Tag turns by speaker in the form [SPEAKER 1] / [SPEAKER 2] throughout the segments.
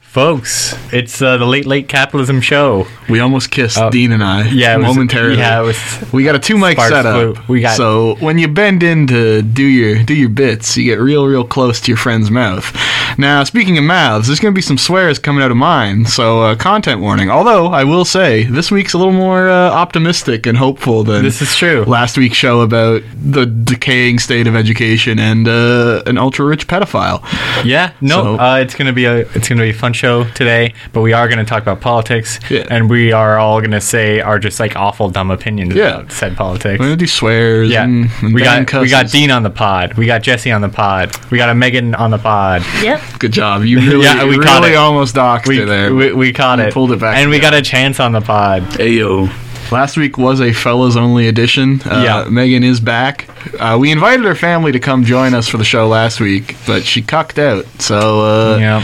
[SPEAKER 1] folks. It's uh, the Late Late Capitalism Show.
[SPEAKER 2] We almost kissed Dean and I.
[SPEAKER 1] Oh. yeah, it was-
[SPEAKER 2] momentarily.
[SPEAKER 1] yeah, it was-
[SPEAKER 2] we got a two mic
[SPEAKER 1] Sparks
[SPEAKER 2] setup.
[SPEAKER 1] flew. We got-
[SPEAKER 2] so when you bend in to do your do your bits, you get real real close to your friend's mouth. Now speaking of mouths, there's going to be some swears coming out of mine. So uh, content warning. Although I will say this week's a little more uh, optimistic and hopeful than
[SPEAKER 1] This is true.
[SPEAKER 2] last week's show about the decaying state of education and uh, an ultra rich pedophile.
[SPEAKER 1] Yeah, no,
[SPEAKER 2] So-
[SPEAKER 1] uh, it's gonna be a it's gonna be a fun show today. But we are gonna talk about politics,
[SPEAKER 2] Yeah.
[SPEAKER 1] and we are all gonna say our just like awful dumb opinions
[SPEAKER 2] Yeah.
[SPEAKER 1] about said politics.
[SPEAKER 2] We're going to do swears.
[SPEAKER 1] Yeah,
[SPEAKER 2] and, and
[SPEAKER 1] we
[SPEAKER 2] bang
[SPEAKER 1] got we got
[SPEAKER 2] cusses.
[SPEAKER 1] Dean on the pod, we got Jesse on the pod, we got a Megan on the pod.
[SPEAKER 3] Yep.
[SPEAKER 2] Good job. You really,
[SPEAKER 1] Yeah, we
[SPEAKER 2] you
[SPEAKER 1] caught
[SPEAKER 2] really
[SPEAKER 1] it.
[SPEAKER 2] almost doxed
[SPEAKER 1] We
[SPEAKER 2] it there.
[SPEAKER 1] we, we caught
[SPEAKER 2] You
[SPEAKER 1] it,
[SPEAKER 2] pulled it back
[SPEAKER 1] and we got
[SPEAKER 2] together.
[SPEAKER 1] a chance on the pod.
[SPEAKER 4] Ayo.
[SPEAKER 2] Last week was a fellas only edition. Uh,
[SPEAKER 1] Yeah.
[SPEAKER 2] Megan is back. Uh, we invited her family to come join us for the show last week, but she cucked out. So uh,
[SPEAKER 1] Yeah.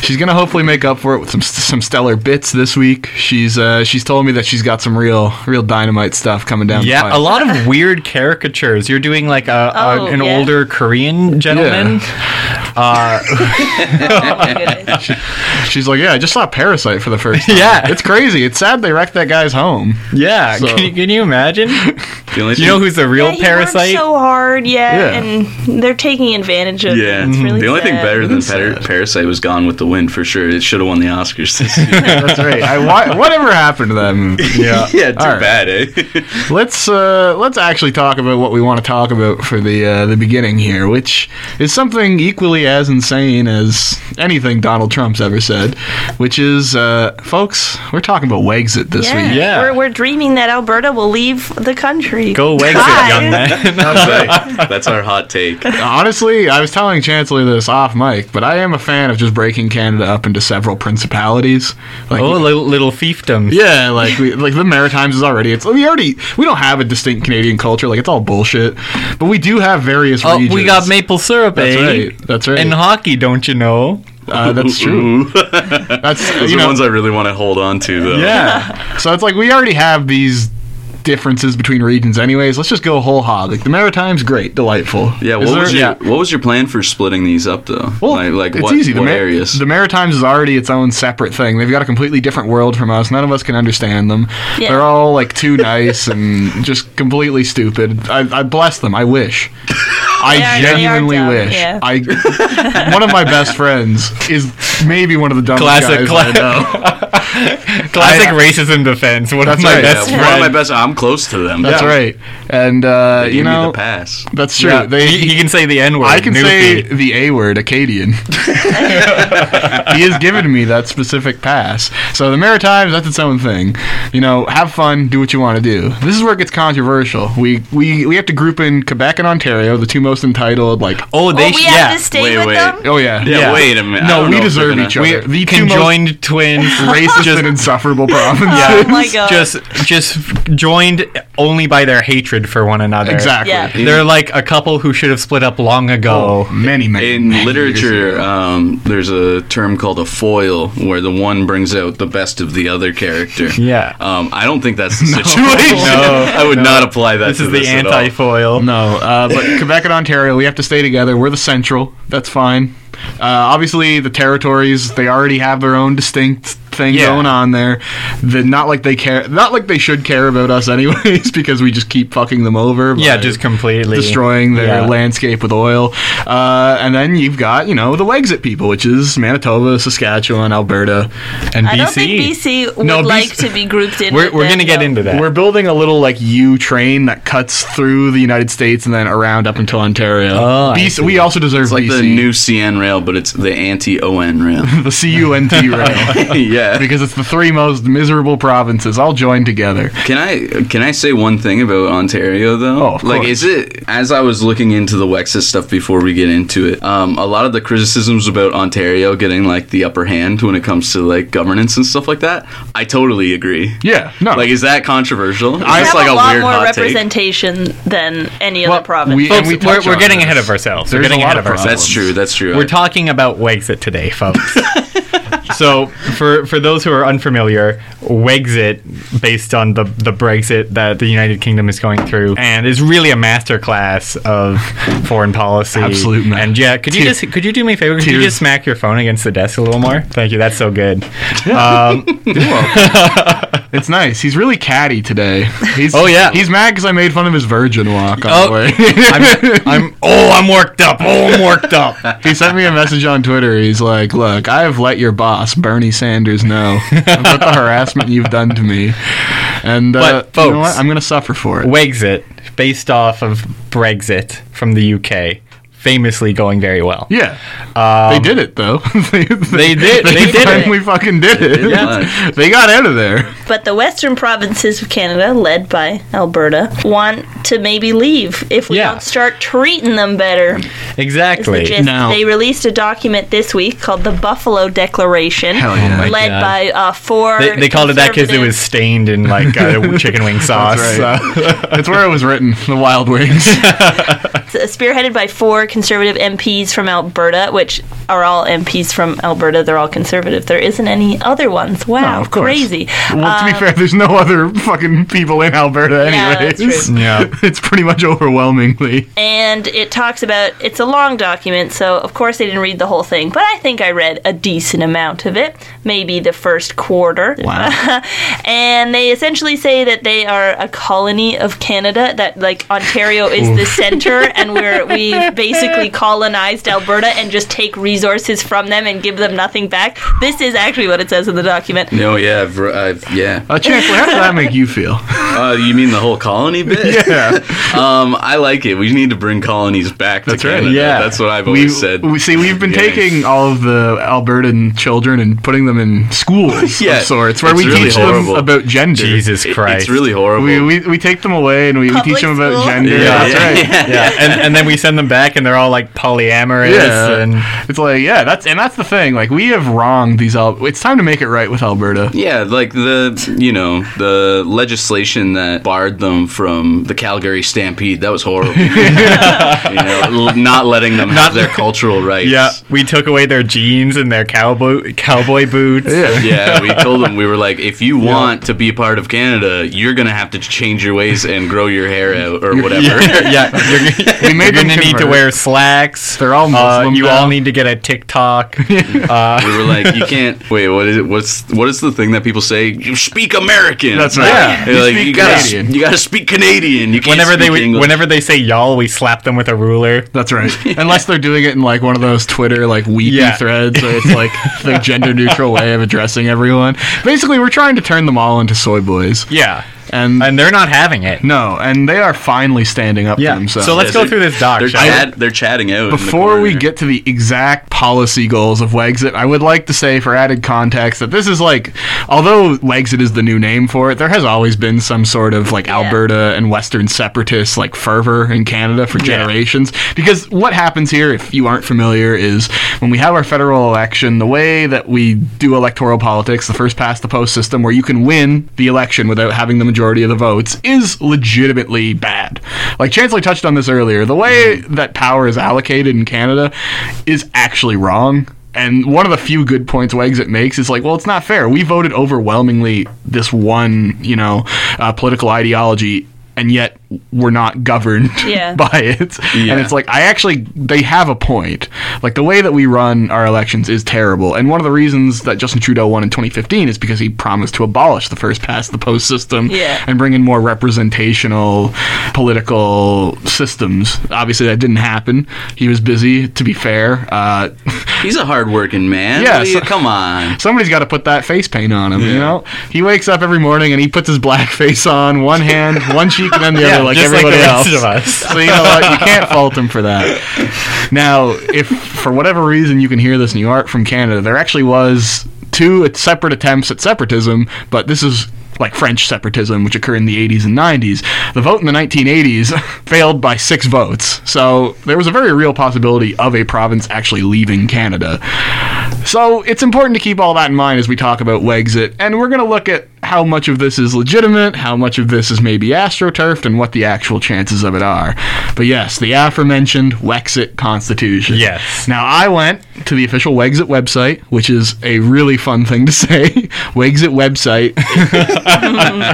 [SPEAKER 2] she's gonna hopefully make up for it with some some stellar bits this week. She's uh, she's told me that she's got some real real dynamite stuff coming down. the
[SPEAKER 1] Yeah,
[SPEAKER 2] pipe.
[SPEAKER 1] a lot of weird caricatures. You're doing like a, a-
[SPEAKER 3] Oh,
[SPEAKER 1] an
[SPEAKER 3] yeah.
[SPEAKER 1] older Korean gentleman. Uh,
[SPEAKER 2] She's like, yeah, I just saw Parasite for the first time.
[SPEAKER 1] Yeah.
[SPEAKER 2] it's crazy. It's sad they wrecked that guy's home.
[SPEAKER 1] Yeah,
[SPEAKER 2] So-
[SPEAKER 1] can, you, can you imagine?
[SPEAKER 4] The only
[SPEAKER 1] You know
[SPEAKER 4] thing-
[SPEAKER 1] who's the real
[SPEAKER 3] yeah, he
[SPEAKER 1] parasite?
[SPEAKER 3] Worked so hard, yeah,
[SPEAKER 2] Yeah.
[SPEAKER 3] and they're taking advantage of.
[SPEAKER 4] Yeah,
[SPEAKER 3] him. It's really
[SPEAKER 4] the only thing
[SPEAKER 3] sad.
[SPEAKER 4] better than
[SPEAKER 2] It is
[SPEAKER 4] Par-
[SPEAKER 2] sad.
[SPEAKER 4] Parasite was Gone with the Wind for sure. It should have won the Oscars. This year.
[SPEAKER 2] That's right. I, why, whatever happened to that movie?
[SPEAKER 1] yeah.
[SPEAKER 4] yeah, too
[SPEAKER 2] All right.
[SPEAKER 4] bad, eh?
[SPEAKER 2] Let's uh, let's actually talk about what we want to talk about for the uh, the beginning here, which is something equally as insane as anything Donald Trump's ever said, which is, uh, folks, we're talking about Wexit this
[SPEAKER 3] Yeah.
[SPEAKER 2] week.
[SPEAKER 1] Yeah.
[SPEAKER 3] We're, we're dreaming that Alberta will leave the country.
[SPEAKER 1] Go Wexit,
[SPEAKER 3] Bye.
[SPEAKER 1] young man.
[SPEAKER 4] That's our hot take.
[SPEAKER 2] Honestly, I was telling Chancellor this off mic, but I am a fan of just breaking Canada up into several principalities. Like,
[SPEAKER 1] oh, little, little fiefdom.
[SPEAKER 2] Yeah, like we, like the Maritimes is already. It's we already we don't have a distinct Canadian culture. Like it's all bullshit. But we do have various
[SPEAKER 1] Oh,
[SPEAKER 2] regions.
[SPEAKER 1] we got maple syrup,
[SPEAKER 2] That's
[SPEAKER 1] eh?
[SPEAKER 2] right. That's right.
[SPEAKER 1] In hockey, don't you know?
[SPEAKER 2] Uh, that's true.
[SPEAKER 4] Ooh,
[SPEAKER 2] That's
[SPEAKER 4] those
[SPEAKER 2] you
[SPEAKER 4] are
[SPEAKER 2] know,
[SPEAKER 4] ones I really want to hold on to, though.
[SPEAKER 1] Yeah.
[SPEAKER 2] So it's like we already have these differences between regions, anyways. Let's just go whole hog. Like the Maritimes, great, delightful.
[SPEAKER 4] Yeah,
[SPEAKER 2] Is
[SPEAKER 4] what
[SPEAKER 2] there-
[SPEAKER 4] was your
[SPEAKER 1] yeah.
[SPEAKER 4] what was your plan for splitting these up though?
[SPEAKER 2] Well,
[SPEAKER 4] like, like
[SPEAKER 2] it's
[SPEAKER 4] what,
[SPEAKER 2] easy. The,
[SPEAKER 4] what
[SPEAKER 2] Mar-
[SPEAKER 4] areas?
[SPEAKER 2] the Maritimes is already its own separate thing. They've got a completely different world from us. None of us can understand them.
[SPEAKER 3] Yeah.
[SPEAKER 2] They're all like too nice and just completely stupid. I, I bless them. I wish. I
[SPEAKER 3] They are- they are
[SPEAKER 2] genuinely
[SPEAKER 3] dumb,
[SPEAKER 2] wish.
[SPEAKER 3] yeah.
[SPEAKER 2] I one of my best friends is maybe one of the dumbest
[SPEAKER 1] Classic,
[SPEAKER 2] guys
[SPEAKER 1] cla-
[SPEAKER 2] I know.
[SPEAKER 1] classic
[SPEAKER 2] I-
[SPEAKER 1] racism defense. One
[SPEAKER 2] That's
[SPEAKER 1] of my
[SPEAKER 2] right.
[SPEAKER 1] best
[SPEAKER 4] yeah,
[SPEAKER 1] friends.
[SPEAKER 4] one of my best. I'm close to them.
[SPEAKER 2] That's
[SPEAKER 4] Yeah.
[SPEAKER 2] right. And uh,
[SPEAKER 4] They
[SPEAKER 2] you
[SPEAKER 4] gave me
[SPEAKER 2] know
[SPEAKER 4] the pass.
[SPEAKER 2] that's true.
[SPEAKER 1] Yeah,
[SPEAKER 2] They,
[SPEAKER 1] he, he can say the N word.
[SPEAKER 2] I can say the A word, Acadian. he has given me that specific pass. So the Maritimes, that's its own thing. You know, have fun, do what you want to do. This is where it gets controversial. We we we have to group in Quebec and Ontario, the two most entitled. Like,
[SPEAKER 1] Oh,
[SPEAKER 3] Oh,
[SPEAKER 1] they
[SPEAKER 3] we
[SPEAKER 1] sh-
[SPEAKER 3] have
[SPEAKER 1] yeah.
[SPEAKER 3] to stay
[SPEAKER 4] Wait,
[SPEAKER 3] with
[SPEAKER 4] wait.
[SPEAKER 3] them.
[SPEAKER 2] oh yeah,
[SPEAKER 4] Yeah,
[SPEAKER 1] Yeah.
[SPEAKER 4] wait a minute. I
[SPEAKER 2] No,
[SPEAKER 4] don't
[SPEAKER 2] we
[SPEAKER 4] know if
[SPEAKER 2] deserve
[SPEAKER 4] they're
[SPEAKER 2] each
[SPEAKER 4] gonna-
[SPEAKER 2] other. The two most
[SPEAKER 1] conjoined twins.
[SPEAKER 2] racist and insufferable provinces.
[SPEAKER 3] Oh my Oh god.
[SPEAKER 1] just just joined only by their hatred for one another.
[SPEAKER 2] exactly.
[SPEAKER 3] Yeah.
[SPEAKER 1] They're like a couple who should have split up long ago.
[SPEAKER 2] Oh, many many.
[SPEAKER 4] In
[SPEAKER 2] many years
[SPEAKER 4] literature,
[SPEAKER 2] ago.
[SPEAKER 4] um, there's a term called a foil, where the one brings out the best of the other character.
[SPEAKER 1] Yeah.
[SPEAKER 4] Um, I don't think that's the situation.
[SPEAKER 1] No,
[SPEAKER 4] I would
[SPEAKER 1] no.
[SPEAKER 4] not apply that.
[SPEAKER 1] This
[SPEAKER 4] to
[SPEAKER 1] is the
[SPEAKER 4] at all.
[SPEAKER 1] anti foil.
[SPEAKER 2] No, uh, but Quebec and Ontario, we have to stay together. We're the central. That's fine. Uh, obviously, the territories they already have their own distinct thing
[SPEAKER 1] Yeah.
[SPEAKER 2] going on there. The, not like they care. Not like they should care about us anyways, because we just keep fucking them over.
[SPEAKER 1] Yeah,
[SPEAKER 2] by
[SPEAKER 1] just completely
[SPEAKER 2] destroying their
[SPEAKER 1] Yeah.
[SPEAKER 2] landscape with oil. Uh, and then you've got you know the Wexit people, which is Manitoba, Saskatchewan, Alberta.
[SPEAKER 1] And BC.
[SPEAKER 3] I don't think BC would
[SPEAKER 2] No, BC
[SPEAKER 3] like to be grouped in.
[SPEAKER 1] We're,
[SPEAKER 3] with
[SPEAKER 1] we're
[SPEAKER 3] them,
[SPEAKER 1] going to get
[SPEAKER 3] no.
[SPEAKER 1] into that.
[SPEAKER 2] We're building a little like U train that cuts through the United States and then around up until Ontario.
[SPEAKER 1] Oh, I
[SPEAKER 2] BC, we also deserve
[SPEAKER 4] It's like
[SPEAKER 2] BC.
[SPEAKER 4] the new CN rail, but it's the anti ON rail.
[SPEAKER 2] the CUNT rail
[SPEAKER 4] yeah.
[SPEAKER 2] because it's the three most miserable provinces all joined together.
[SPEAKER 4] Can I can I say one thing about Ontario though?
[SPEAKER 2] Oh, of
[SPEAKER 4] like
[SPEAKER 2] course.
[SPEAKER 4] is it as I was looking into the Wexit stuff before we get into it? Um, a lot of the criticisms about Ontario getting like the upper hand when it comes to like governance and stuff like that. I totally agree.
[SPEAKER 2] Yeah, no.
[SPEAKER 4] Like, is that controversial? Is
[SPEAKER 3] We
[SPEAKER 4] this,
[SPEAKER 3] have
[SPEAKER 4] like
[SPEAKER 3] a, lot
[SPEAKER 4] weird
[SPEAKER 3] more
[SPEAKER 4] hot take?
[SPEAKER 3] representation than any
[SPEAKER 2] Well,
[SPEAKER 3] other province.
[SPEAKER 2] we-
[SPEAKER 1] Folks,
[SPEAKER 2] and
[SPEAKER 1] we're,
[SPEAKER 2] touch
[SPEAKER 1] we're
[SPEAKER 2] on
[SPEAKER 1] getting
[SPEAKER 2] this.
[SPEAKER 1] ahead of ourselves.
[SPEAKER 2] There's
[SPEAKER 1] we're
[SPEAKER 2] a
[SPEAKER 1] getting
[SPEAKER 2] lot
[SPEAKER 1] ahead
[SPEAKER 2] of
[SPEAKER 1] of ourselves.
[SPEAKER 4] That's true. That's true.
[SPEAKER 1] We're talking about Wexit today, folks. so for for those who are unfamiliar, Wexit, based on the the Brexit that the United Kingdom is going through, and is really a masterclass of foreign policy.
[SPEAKER 2] Absolute ma-
[SPEAKER 1] And yeah, could you
[SPEAKER 2] Tear-
[SPEAKER 1] just could you do me a favor? Could you
[SPEAKER 2] tears.
[SPEAKER 1] just smack your phone against the desk a little more? Thank you. That's so good. Um,
[SPEAKER 2] It's nice. He's really catty today. He's,
[SPEAKER 1] Oh, yeah.
[SPEAKER 2] He's mad because I made fun of his virgin walk on
[SPEAKER 1] Oh.
[SPEAKER 2] the way.
[SPEAKER 1] I'm, I'm oh I'm worked up. Oh I'm worked up.
[SPEAKER 2] he sent me a message on Twitter. He's like, "Look, I have let your boss Bernie Sanders know about the harassment you've done to me, and uh,
[SPEAKER 1] But,
[SPEAKER 2] you know
[SPEAKER 1] folks-
[SPEAKER 2] what? I'm gonna suffer for it."
[SPEAKER 1] Wexit, based off of Brexit from the UK, famously going very well.
[SPEAKER 2] Yeah,
[SPEAKER 1] Um,
[SPEAKER 2] they did it though. they,
[SPEAKER 1] They did- they did it.
[SPEAKER 2] finally fucking did it.
[SPEAKER 4] did Yeah.
[SPEAKER 2] they got out of there.
[SPEAKER 3] But the western provinces of Canada, led by Alberta, want to maybe leave if we
[SPEAKER 1] Yeah.
[SPEAKER 3] don't start treating them better. It's
[SPEAKER 1] Exactly.
[SPEAKER 3] legit.
[SPEAKER 2] Now-
[SPEAKER 3] They released a document this week called the Buffalo Declaration,
[SPEAKER 2] Hell yeah. Oh my
[SPEAKER 3] led
[SPEAKER 1] God.
[SPEAKER 3] by uh, four.
[SPEAKER 1] They, they called it that because it was
[SPEAKER 3] conservative-
[SPEAKER 1] stained in like uh, chicken wing sauce. Uh,
[SPEAKER 2] That's right. That's where it was written. The Wild Wings.
[SPEAKER 3] spearheaded by four conservative MPs from Alberta, which are all MPs from Alberta. They're all conservative. There isn't any other ones. Wow,
[SPEAKER 1] Oh,
[SPEAKER 2] No, of course.
[SPEAKER 3] crazy.
[SPEAKER 2] well, to be
[SPEAKER 3] Um,
[SPEAKER 2] fair, there's no other fucking people in Alberta,
[SPEAKER 3] Yeah,
[SPEAKER 2] anyways.
[SPEAKER 3] that's true.
[SPEAKER 1] Yeah.
[SPEAKER 2] it's pretty much overwhelmingly.
[SPEAKER 3] and it talks about it's a long document, so of course I didn't read the whole thing, but I think I read a decent amount of it, maybe the first quarter.
[SPEAKER 2] Wow.
[SPEAKER 3] and they essentially say that they are a colony of Canada, that like Ontario is the center, and we're we basically colonized Alberta and just take resources from them and give them nothing back. This is actually what it says in the document.
[SPEAKER 4] No, yeah, I've, re- I've, yeah.
[SPEAKER 2] Uh, Chancellor, how does that make you feel?
[SPEAKER 4] Uh, you mean the whole colony bit?
[SPEAKER 2] Yeah,
[SPEAKER 4] Um, I like it. We need to bring colonies back to
[SPEAKER 2] that's right.
[SPEAKER 4] Canada.
[SPEAKER 2] Yeah,
[SPEAKER 4] that's what I've
[SPEAKER 2] We-
[SPEAKER 4] always said.
[SPEAKER 2] We, see, we've been
[SPEAKER 4] Yeah.
[SPEAKER 2] taking all of the Albertan children and putting them in schools
[SPEAKER 4] Yeah,
[SPEAKER 2] of sorts, where
[SPEAKER 4] it's
[SPEAKER 2] we
[SPEAKER 4] really
[SPEAKER 2] teach
[SPEAKER 4] horrible.
[SPEAKER 2] them about gender.
[SPEAKER 1] Jesus
[SPEAKER 4] It-
[SPEAKER 1] Christ.
[SPEAKER 4] It's really horrible.
[SPEAKER 2] We, we, we take them away and we, we
[SPEAKER 3] Public
[SPEAKER 2] teach them about
[SPEAKER 3] school?
[SPEAKER 2] gender.
[SPEAKER 4] Yeah,
[SPEAKER 2] that's
[SPEAKER 4] yeah.
[SPEAKER 2] right.
[SPEAKER 1] yeah, and and then we send them back, and they're all like polyamorous,
[SPEAKER 2] Yeah.
[SPEAKER 1] and
[SPEAKER 2] It's like, yeah, that's and that's the thing. Like we have wronged these Al- it's time to make it right with Alberta.
[SPEAKER 4] Yeah, like the you know the legislation that barred them from the Calgary Stampede that was horrible. you know, l- not letting them have their cultural rights.
[SPEAKER 1] yeah, we took away their jeans and their cowboy cowboy boots.
[SPEAKER 4] Yeah, we told them we were like, if you want to be part of Canada, you're gonna have to change your ways and grow your hair out or whatever.
[SPEAKER 1] yeah. You're,
[SPEAKER 2] We made
[SPEAKER 1] you're
[SPEAKER 2] them
[SPEAKER 1] gonna need to
[SPEAKER 2] convert.
[SPEAKER 1] wear slacks.
[SPEAKER 2] They're all
[SPEAKER 1] Uh,
[SPEAKER 2] Muslim
[SPEAKER 1] you
[SPEAKER 2] now.
[SPEAKER 1] all need to get a TikTok.
[SPEAKER 4] We were like, you can't. Wait, what is it? What's what is the thing that people say? You speak American.
[SPEAKER 2] That's right. Yeah,
[SPEAKER 4] They're
[SPEAKER 2] you
[SPEAKER 4] like,
[SPEAKER 2] speak
[SPEAKER 4] you gotta s-
[SPEAKER 2] Canadian."
[SPEAKER 4] you gotta speak Canadian. You can't
[SPEAKER 1] whenever they
[SPEAKER 4] speak
[SPEAKER 1] would-
[SPEAKER 4] English.
[SPEAKER 1] whenever they say y'all, we slap them with a ruler.
[SPEAKER 2] That's right. Unless they're doing it in like one of those Twitter like weepy
[SPEAKER 1] Yeah.
[SPEAKER 2] threads where it's like the gender neutral way of addressing everyone. Basically we're trying to turn them all into soy boys.
[SPEAKER 1] Yeah,
[SPEAKER 2] And,
[SPEAKER 1] and they're not having it.
[SPEAKER 2] no, and they are finally standing up to themselves.
[SPEAKER 1] So let's go
[SPEAKER 4] they're-
[SPEAKER 1] through this doc.
[SPEAKER 4] they're,
[SPEAKER 1] shall we?
[SPEAKER 4] chat, they're chatting out in the
[SPEAKER 2] Before we
[SPEAKER 4] corner.
[SPEAKER 2] get to the exact policy goals of Wexit, I would like to say, for added context, that this is like, although Wexit is the new name for it, there has always been some sort of like Alberta and Western separatist like fervor in Canada for generations. Because what happens here, if you aren't familiar, is when we have our federal election, the way that we do electoral politics, the first past the post system, where you can win the election without having the majority of the votes, is legitimately bad. Like Chancellor touched on this earlier, the way that power is allocated in Canada is actually wrong. And one of the few good points Wexit makes is like, well, it's not fair. We voted overwhelmingly this one, you know, uh, political ideology, and yet we're not governed
[SPEAKER 3] Yeah.
[SPEAKER 2] by it.
[SPEAKER 4] Yeah.
[SPEAKER 2] And it's like, I actually, they have a point. Like, the way that we run our elections is terrible. And one of the reasons that Justin Trudeau won in 2015 is because he promised to abolish the first past the post system
[SPEAKER 3] Yeah.
[SPEAKER 2] and bring in more representational political systems. Obviously, that didn't happen. He was busy, to be fair. Uh,
[SPEAKER 4] He's a hardworking man.
[SPEAKER 2] Yeah,
[SPEAKER 4] What do
[SPEAKER 2] so-
[SPEAKER 4] you- come on.
[SPEAKER 2] somebody's got to put that face paint on him, you know? He wakes up every morning and he puts his black face on, one hand, one cheek, and then the
[SPEAKER 1] Yeah,
[SPEAKER 2] other, like
[SPEAKER 1] just like
[SPEAKER 2] everybody
[SPEAKER 1] the
[SPEAKER 2] else.
[SPEAKER 1] rest of us.
[SPEAKER 2] So you know what? You can't fault him for that. Now, if for whatever reason you can hear this and you aren't from Canada, there actually was two separate attempts at separatism, but this is like French separatism, which occurred in the 80s and 90s. The vote in the 1980s failed by six votes, so there was a very real possibility of a province actually leaving Canada. So it's important to keep all that in mind as we talk about Wexit, and we're going to look at how much of this is legitimate, how much of this is maybe astroturfed, and what the actual chances of it are. But yes, the aforementioned Wexit Constitution.
[SPEAKER 1] Yes.
[SPEAKER 2] Now I went to the official Wexit website, which is a really fun thing to say. Wexit website.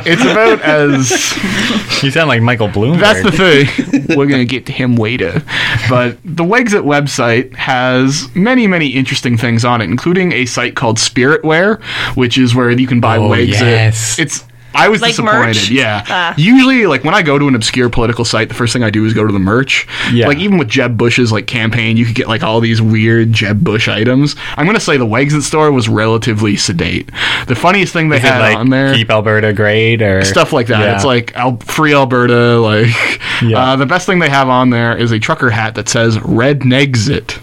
[SPEAKER 2] it's about as
[SPEAKER 1] You sound like Michael Bloomberg.
[SPEAKER 2] that's the thing. We're going to get to him later. But the Wexit website has many, many interesting things on it, including a site called Spiritware, which is where you can buy
[SPEAKER 1] Oh,
[SPEAKER 2] Wexit.
[SPEAKER 1] yes.
[SPEAKER 2] It's I was
[SPEAKER 3] Like
[SPEAKER 2] disappointed.
[SPEAKER 3] merch?
[SPEAKER 2] Yeah.
[SPEAKER 3] Ah.
[SPEAKER 2] Usually, like when I go to an obscure political site, the first thing I do is go to the merch.
[SPEAKER 1] Yeah.
[SPEAKER 2] Like even with Jeb Bush's like campaign, you could get like all these weird Jeb Bush items. I'm gonna say the Wexit store was relatively sedate. The funniest thing they
[SPEAKER 1] Is it
[SPEAKER 2] had
[SPEAKER 1] like
[SPEAKER 2] on there
[SPEAKER 1] keep Alberta great or
[SPEAKER 2] stuff like that.
[SPEAKER 1] Yeah.
[SPEAKER 2] It's like Al- free Alberta. Like
[SPEAKER 1] Yeah.
[SPEAKER 2] uh, the best thing they have on there is a trucker hat that says "Red Nexit."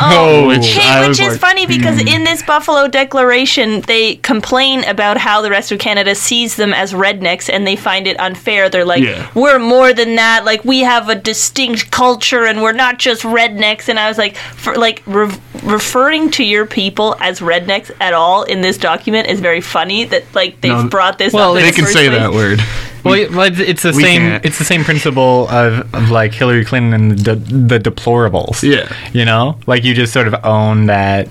[SPEAKER 1] oh,
[SPEAKER 2] which- I was
[SPEAKER 3] Hey, which is
[SPEAKER 2] like, hmm.
[SPEAKER 3] funny because in this Buffalo Declaration, they complain about how the rest of Canada sees them as rednecks and they find it unfair. They're like,
[SPEAKER 2] Yeah.
[SPEAKER 3] we're more than that. Like, we have a distinct culture and we're not just rednecks. And I was like, for, like re- referring to your people as rednecks at all in this document is very funny that, like, they've
[SPEAKER 2] No,
[SPEAKER 3] brought this
[SPEAKER 1] well,
[SPEAKER 3] up. in
[SPEAKER 2] They
[SPEAKER 3] the
[SPEAKER 2] can
[SPEAKER 3] first
[SPEAKER 2] say
[SPEAKER 3] place.
[SPEAKER 2] that word.
[SPEAKER 1] Well, it- well, it's it's the
[SPEAKER 2] We
[SPEAKER 1] same.
[SPEAKER 2] can't.
[SPEAKER 1] It's the same principle of, of like Hillary Clinton and the the deplorables.
[SPEAKER 2] Yeah.
[SPEAKER 1] you know, like you just sort of own that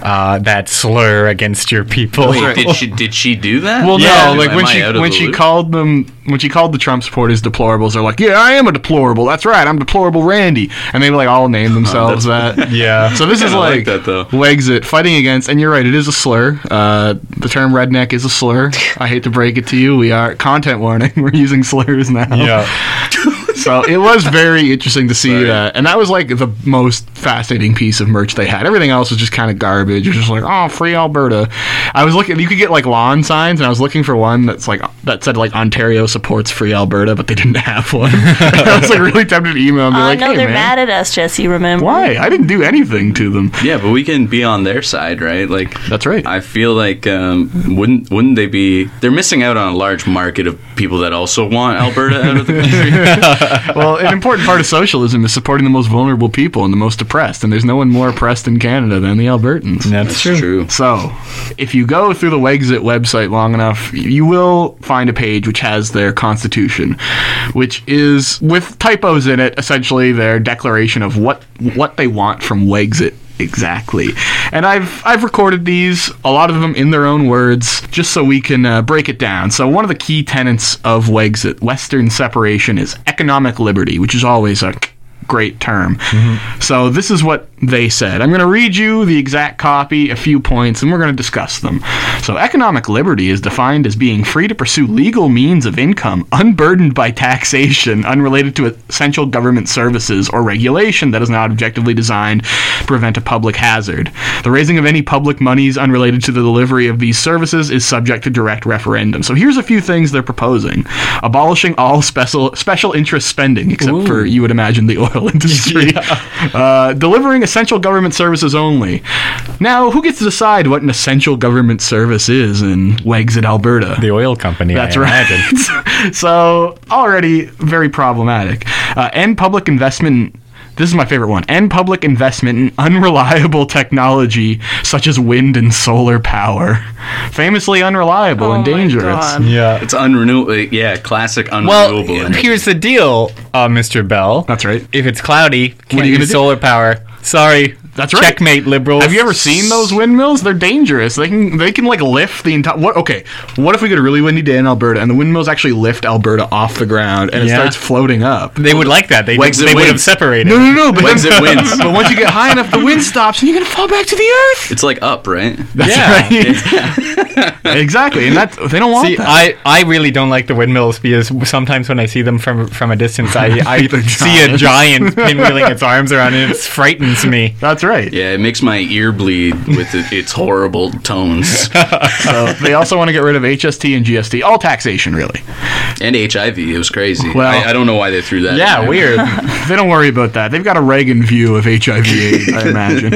[SPEAKER 1] uh, that slur against your people.
[SPEAKER 4] Wait, did she did she do that?
[SPEAKER 2] Well,
[SPEAKER 4] Yeah,
[SPEAKER 2] no, like
[SPEAKER 4] am
[SPEAKER 2] when
[SPEAKER 4] I
[SPEAKER 2] she
[SPEAKER 4] out of
[SPEAKER 2] when
[SPEAKER 4] the
[SPEAKER 2] she
[SPEAKER 4] loop?
[SPEAKER 2] called them when she called the Trump supporters deplorables, they're like, "Yeah, I am a deplorable. That's right, I'm deplorable, Randy." And they like all name themselves that.
[SPEAKER 1] Yeah.
[SPEAKER 2] So this is
[SPEAKER 4] Kinda like
[SPEAKER 2] like,
[SPEAKER 4] that, though.
[SPEAKER 2] Wexit fighting against, and you're right, it is a slur. Uh, the term redneck is a slur. I hate to break it to you, we are content warning. We're using slurs now.
[SPEAKER 1] yeah,
[SPEAKER 2] So it was very interesting to see that, and that was like the most fascinating piece of merch they had. Everything else was just kind of garbage. It was just like, oh, free Alberta. I was looking; you could get like lawn signs, and I was looking for one that's like that said like Ontario supports free Alberta, but they didn't have one. I was like really tempted to email and be
[SPEAKER 3] Uh,
[SPEAKER 2] like,
[SPEAKER 3] no,
[SPEAKER 2] hey
[SPEAKER 3] they're
[SPEAKER 2] man,
[SPEAKER 3] mad at us, Jesse, remember?
[SPEAKER 2] why? I didn't do anything to them.
[SPEAKER 4] Yeah, but we can be on their side, right? Like
[SPEAKER 2] That's right.
[SPEAKER 4] I feel like um, wouldn't wouldn't they be? They're missing out on a large market of people that also want Alberta out of the country.
[SPEAKER 2] well, an important part of socialism is supporting the most vulnerable people and the most oppressed, and there's no one more oppressed in Canada than the Albertans.
[SPEAKER 1] that's true.
[SPEAKER 2] So, if you go through the Wexit website long enough, you will find a page which has their constitution, which is with typos in it, essentially their declaration of what what they want from Wexit exactly. And I've I've recorded these, a lot of them in their own words, just so we can uh, break it down. So, one of the key tenets of Wexit, Western separation, is economic liberty, which is always a great term. So this is what they said. I'm going to read you the exact copy, a few points, and we're going to discuss them. So economic liberty is defined as being free to pursue legal means of income unburdened by taxation unrelated to essential government services or regulation that is not objectively designed to prevent a public hazard. The raising of any public monies unrelated to the delivery of these services is subject to direct referendum. So here's a few things they're proposing. Abolishing all special special interest spending except for you would imagine the oil industry. Uh, delivering essential government services only. Now, who gets to decide what an essential government service is in Wexit, Alberta?
[SPEAKER 1] The oil company.
[SPEAKER 2] That's
[SPEAKER 1] I
[SPEAKER 2] right.
[SPEAKER 1] imagine.
[SPEAKER 2] so already very problematic. Uh, end public investment. This is my favorite one. End public investment in unreliable technology such as wind and solar power, famously unreliable
[SPEAKER 3] Oh
[SPEAKER 2] and
[SPEAKER 3] my
[SPEAKER 2] dangerous.
[SPEAKER 3] God.
[SPEAKER 1] Yeah.
[SPEAKER 4] It's unrenewable. Yeah, classic
[SPEAKER 1] Well,
[SPEAKER 4] unrenewable. energy.
[SPEAKER 1] here's the deal, uh, Mr. Bell.
[SPEAKER 2] That's right.
[SPEAKER 1] If it's cloudy,
[SPEAKER 2] are
[SPEAKER 1] can't
[SPEAKER 2] you gonna
[SPEAKER 1] use
[SPEAKER 2] do?
[SPEAKER 1] solar power. Sorry.
[SPEAKER 2] That's right.
[SPEAKER 1] Checkmate, liberals.
[SPEAKER 2] Have you ever seen those windmills? They're dangerous. They can they can like lift the entire. What? Okay. What if we get a really windy day in Alberta and the windmills actually lift Alberta off the ground and it
[SPEAKER 1] Yeah.
[SPEAKER 2] starts floating up?
[SPEAKER 1] They would like that. They,
[SPEAKER 4] Wexit
[SPEAKER 1] they would have
[SPEAKER 4] wins.
[SPEAKER 1] separated.
[SPEAKER 2] No, no, no. But
[SPEAKER 4] Wexit
[SPEAKER 2] then,
[SPEAKER 4] wins.
[SPEAKER 2] But once you get high enough, the wind stops and you're gonna fall back to the earth.
[SPEAKER 4] It's like up, right?
[SPEAKER 1] yeah.
[SPEAKER 2] exactly, and that they don't want
[SPEAKER 1] See,
[SPEAKER 2] that.
[SPEAKER 1] I, I really don't like the windmills because sometimes when I see them from from a distance, I, I
[SPEAKER 2] They're
[SPEAKER 1] see a
[SPEAKER 2] giant.
[SPEAKER 1] giant pinwheeling its arms around and it frightens me.
[SPEAKER 2] That's right.
[SPEAKER 4] Yeah, it makes my ear bleed with it, its horrible tones
[SPEAKER 2] So they also want to get rid of HST and GST, all taxation really.
[SPEAKER 4] and HIV. It was crazy.
[SPEAKER 2] Well-
[SPEAKER 4] I, I don't know why they threw that. in
[SPEAKER 1] Yeah,
[SPEAKER 4] there.
[SPEAKER 1] weird.
[SPEAKER 2] they don't worry about that. They've got a Reagan view of HIV/AIDS, I imagine.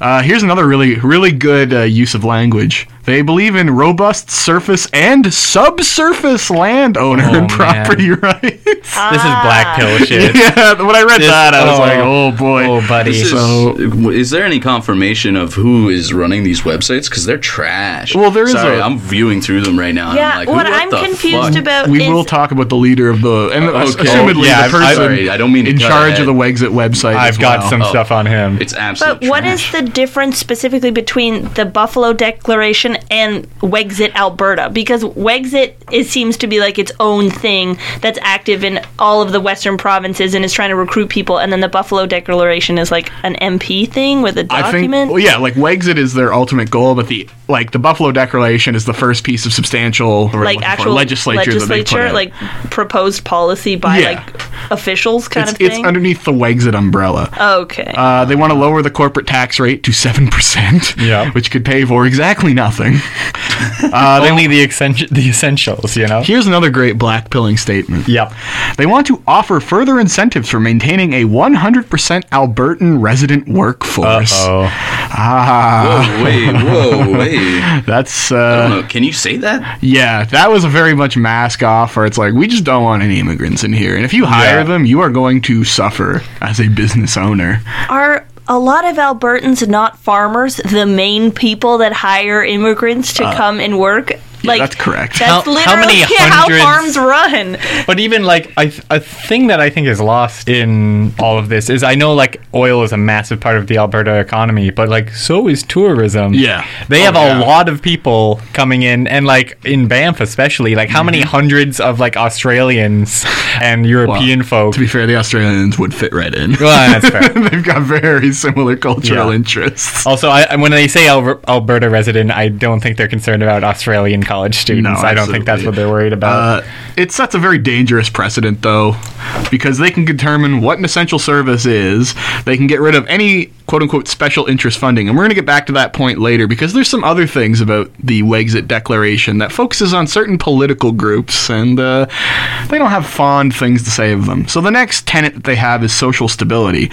[SPEAKER 2] Uh, here's another really, really good uh, use of language. They believe in robust surface and subsurface landowner
[SPEAKER 1] Oh,
[SPEAKER 2] and property rights.
[SPEAKER 1] This is
[SPEAKER 3] Ah.
[SPEAKER 1] black pill shit.
[SPEAKER 2] yeah, when I read
[SPEAKER 1] This-
[SPEAKER 2] that, I was
[SPEAKER 1] oh.
[SPEAKER 2] like, oh boy.
[SPEAKER 1] Oh, buddy.
[SPEAKER 4] This is,
[SPEAKER 2] So-
[SPEAKER 4] is there any confirmation of who is running these websites? Because they're trash.
[SPEAKER 2] Well, there is
[SPEAKER 4] Sorry,
[SPEAKER 2] a-
[SPEAKER 4] i I'm viewing through them right
[SPEAKER 3] Yeah,
[SPEAKER 4] now. and I'm like,
[SPEAKER 3] what
[SPEAKER 4] what
[SPEAKER 3] I'm
[SPEAKER 4] the
[SPEAKER 3] confused
[SPEAKER 4] fuck?
[SPEAKER 3] about
[SPEAKER 2] we
[SPEAKER 3] is
[SPEAKER 2] will talk about the leader of the and
[SPEAKER 4] Okay.
[SPEAKER 2] assumedly
[SPEAKER 1] Yeah, I've-
[SPEAKER 2] the
[SPEAKER 1] I've-
[SPEAKER 2] person
[SPEAKER 4] sorry, I don't mean to
[SPEAKER 2] in
[SPEAKER 4] cut
[SPEAKER 2] charge
[SPEAKER 4] ahead.
[SPEAKER 2] of the Wexit website.
[SPEAKER 1] I've
[SPEAKER 2] as
[SPEAKER 1] got
[SPEAKER 2] well.
[SPEAKER 1] some stuff on him.
[SPEAKER 4] It's absolute
[SPEAKER 3] But what is
[SPEAKER 4] trash.
[SPEAKER 3] the difference specifically between the Buffalo Declaration and Wexit Alberta? Because Wexit is, seems to be like its own thing that's active in all of the Western provinces and is trying to recruit people, and then the Buffalo Declaration is like an MP thing with a
[SPEAKER 2] I think,
[SPEAKER 3] document.
[SPEAKER 2] well, yeah, like Wexit is their ultimate goal, but the like the Buffalo Declaration is the first piece of substantial or
[SPEAKER 3] like
[SPEAKER 2] for
[SPEAKER 3] actual
[SPEAKER 2] legislature, that they put
[SPEAKER 3] legislature,
[SPEAKER 2] out.
[SPEAKER 3] like proposed policy by
[SPEAKER 2] Yeah.
[SPEAKER 3] like officials kind
[SPEAKER 2] it's,
[SPEAKER 3] of
[SPEAKER 2] it's
[SPEAKER 3] thing.
[SPEAKER 2] underneath the Wexit umbrella.
[SPEAKER 3] okay.
[SPEAKER 2] Uh, they want to lower the corporate tax rate to seven percent,
[SPEAKER 1] Yeah.
[SPEAKER 2] which could pay for exactly nothing.
[SPEAKER 1] Only Uh, the, essen- the essentials, you know?
[SPEAKER 2] Here's another great black pilling statement.
[SPEAKER 1] Yep.
[SPEAKER 2] They want to offer further incentives for maintaining a 100% Albertan resident workforce. Ah,
[SPEAKER 1] Oh.
[SPEAKER 4] Whoa, wait, whoa, wait.
[SPEAKER 2] That's
[SPEAKER 4] I
[SPEAKER 2] uh,
[SPEAKER 4] don't know, Can you say that?
[SPEAKER 2] yeah, that was a very much mask off, where it's like we just don't want any immigrants in here, and if you hire
[SPEAKER 1] Yeah.
[SPEAKER 2] them, you are going to suffer as a business owner.
[SPEAKER 3] Are a lot of Albertans not farmers the main people that hire immigrants
[SPEAKER 1] Uh,
[SPEAKER 3] to come and work? Like
[SPEAKER 2] that's correct.
[SPEAKER 3] That's
[SPEAKER 1] How-
[SPEAKER 3] literally
[SPEAKER 1] how
[SPEAKER 3] how,
[SPEAKER 1] many hundreds-
[SPEAKER 3] farms run.
[SPEAKER 1] But even like I th- a thing that I think is lost in all of this is I know like oil is a massive part of the Alberta economy, but like so is tourism.
[SPEAKER 2] Yeah.
[SPEAKER 1] They
[SPEAKER 2] Oh,
[SPEAKER 1] have
[SPEAKER 2] yeah.
[SPEAKER 1] a lot of people coming in and like in Banff especially, like how many
[SPEAKER 2] Mm-hmm.
[SPEAKER 1] hundreds of like Australians and European folk
[SPEAKER 2] To be fair, the Australians would fit right in.
[SPEAKER 1] Well, that's fair.
[SPEAKER 2] They've got very similar cultural
[SPEAKER 1] Yeah.
[SPEAKER 2] interests.
[SPEAKER 1] Also, I, and when they say Al- Alberta resident, I don't think they're concerned about Australian college students.
[SPEAKER 2] No,
[SPEAKER 1] I don't think that's
[SPEAKER 2] absolutely.
[SPEAKER 1] what they're worried about.
[SPEAKER 2] Uh, it sets a very dangerous precedent, though, because they can determine what an essential service is. They can get rid of any "quote unquote" special interest funding, and we're going to get back to that point later because there's some other things about the Wexit Declaration that focuses on certain political groups, and uh, they don't have fond things to say of them. So the next tenet that they have is social stability,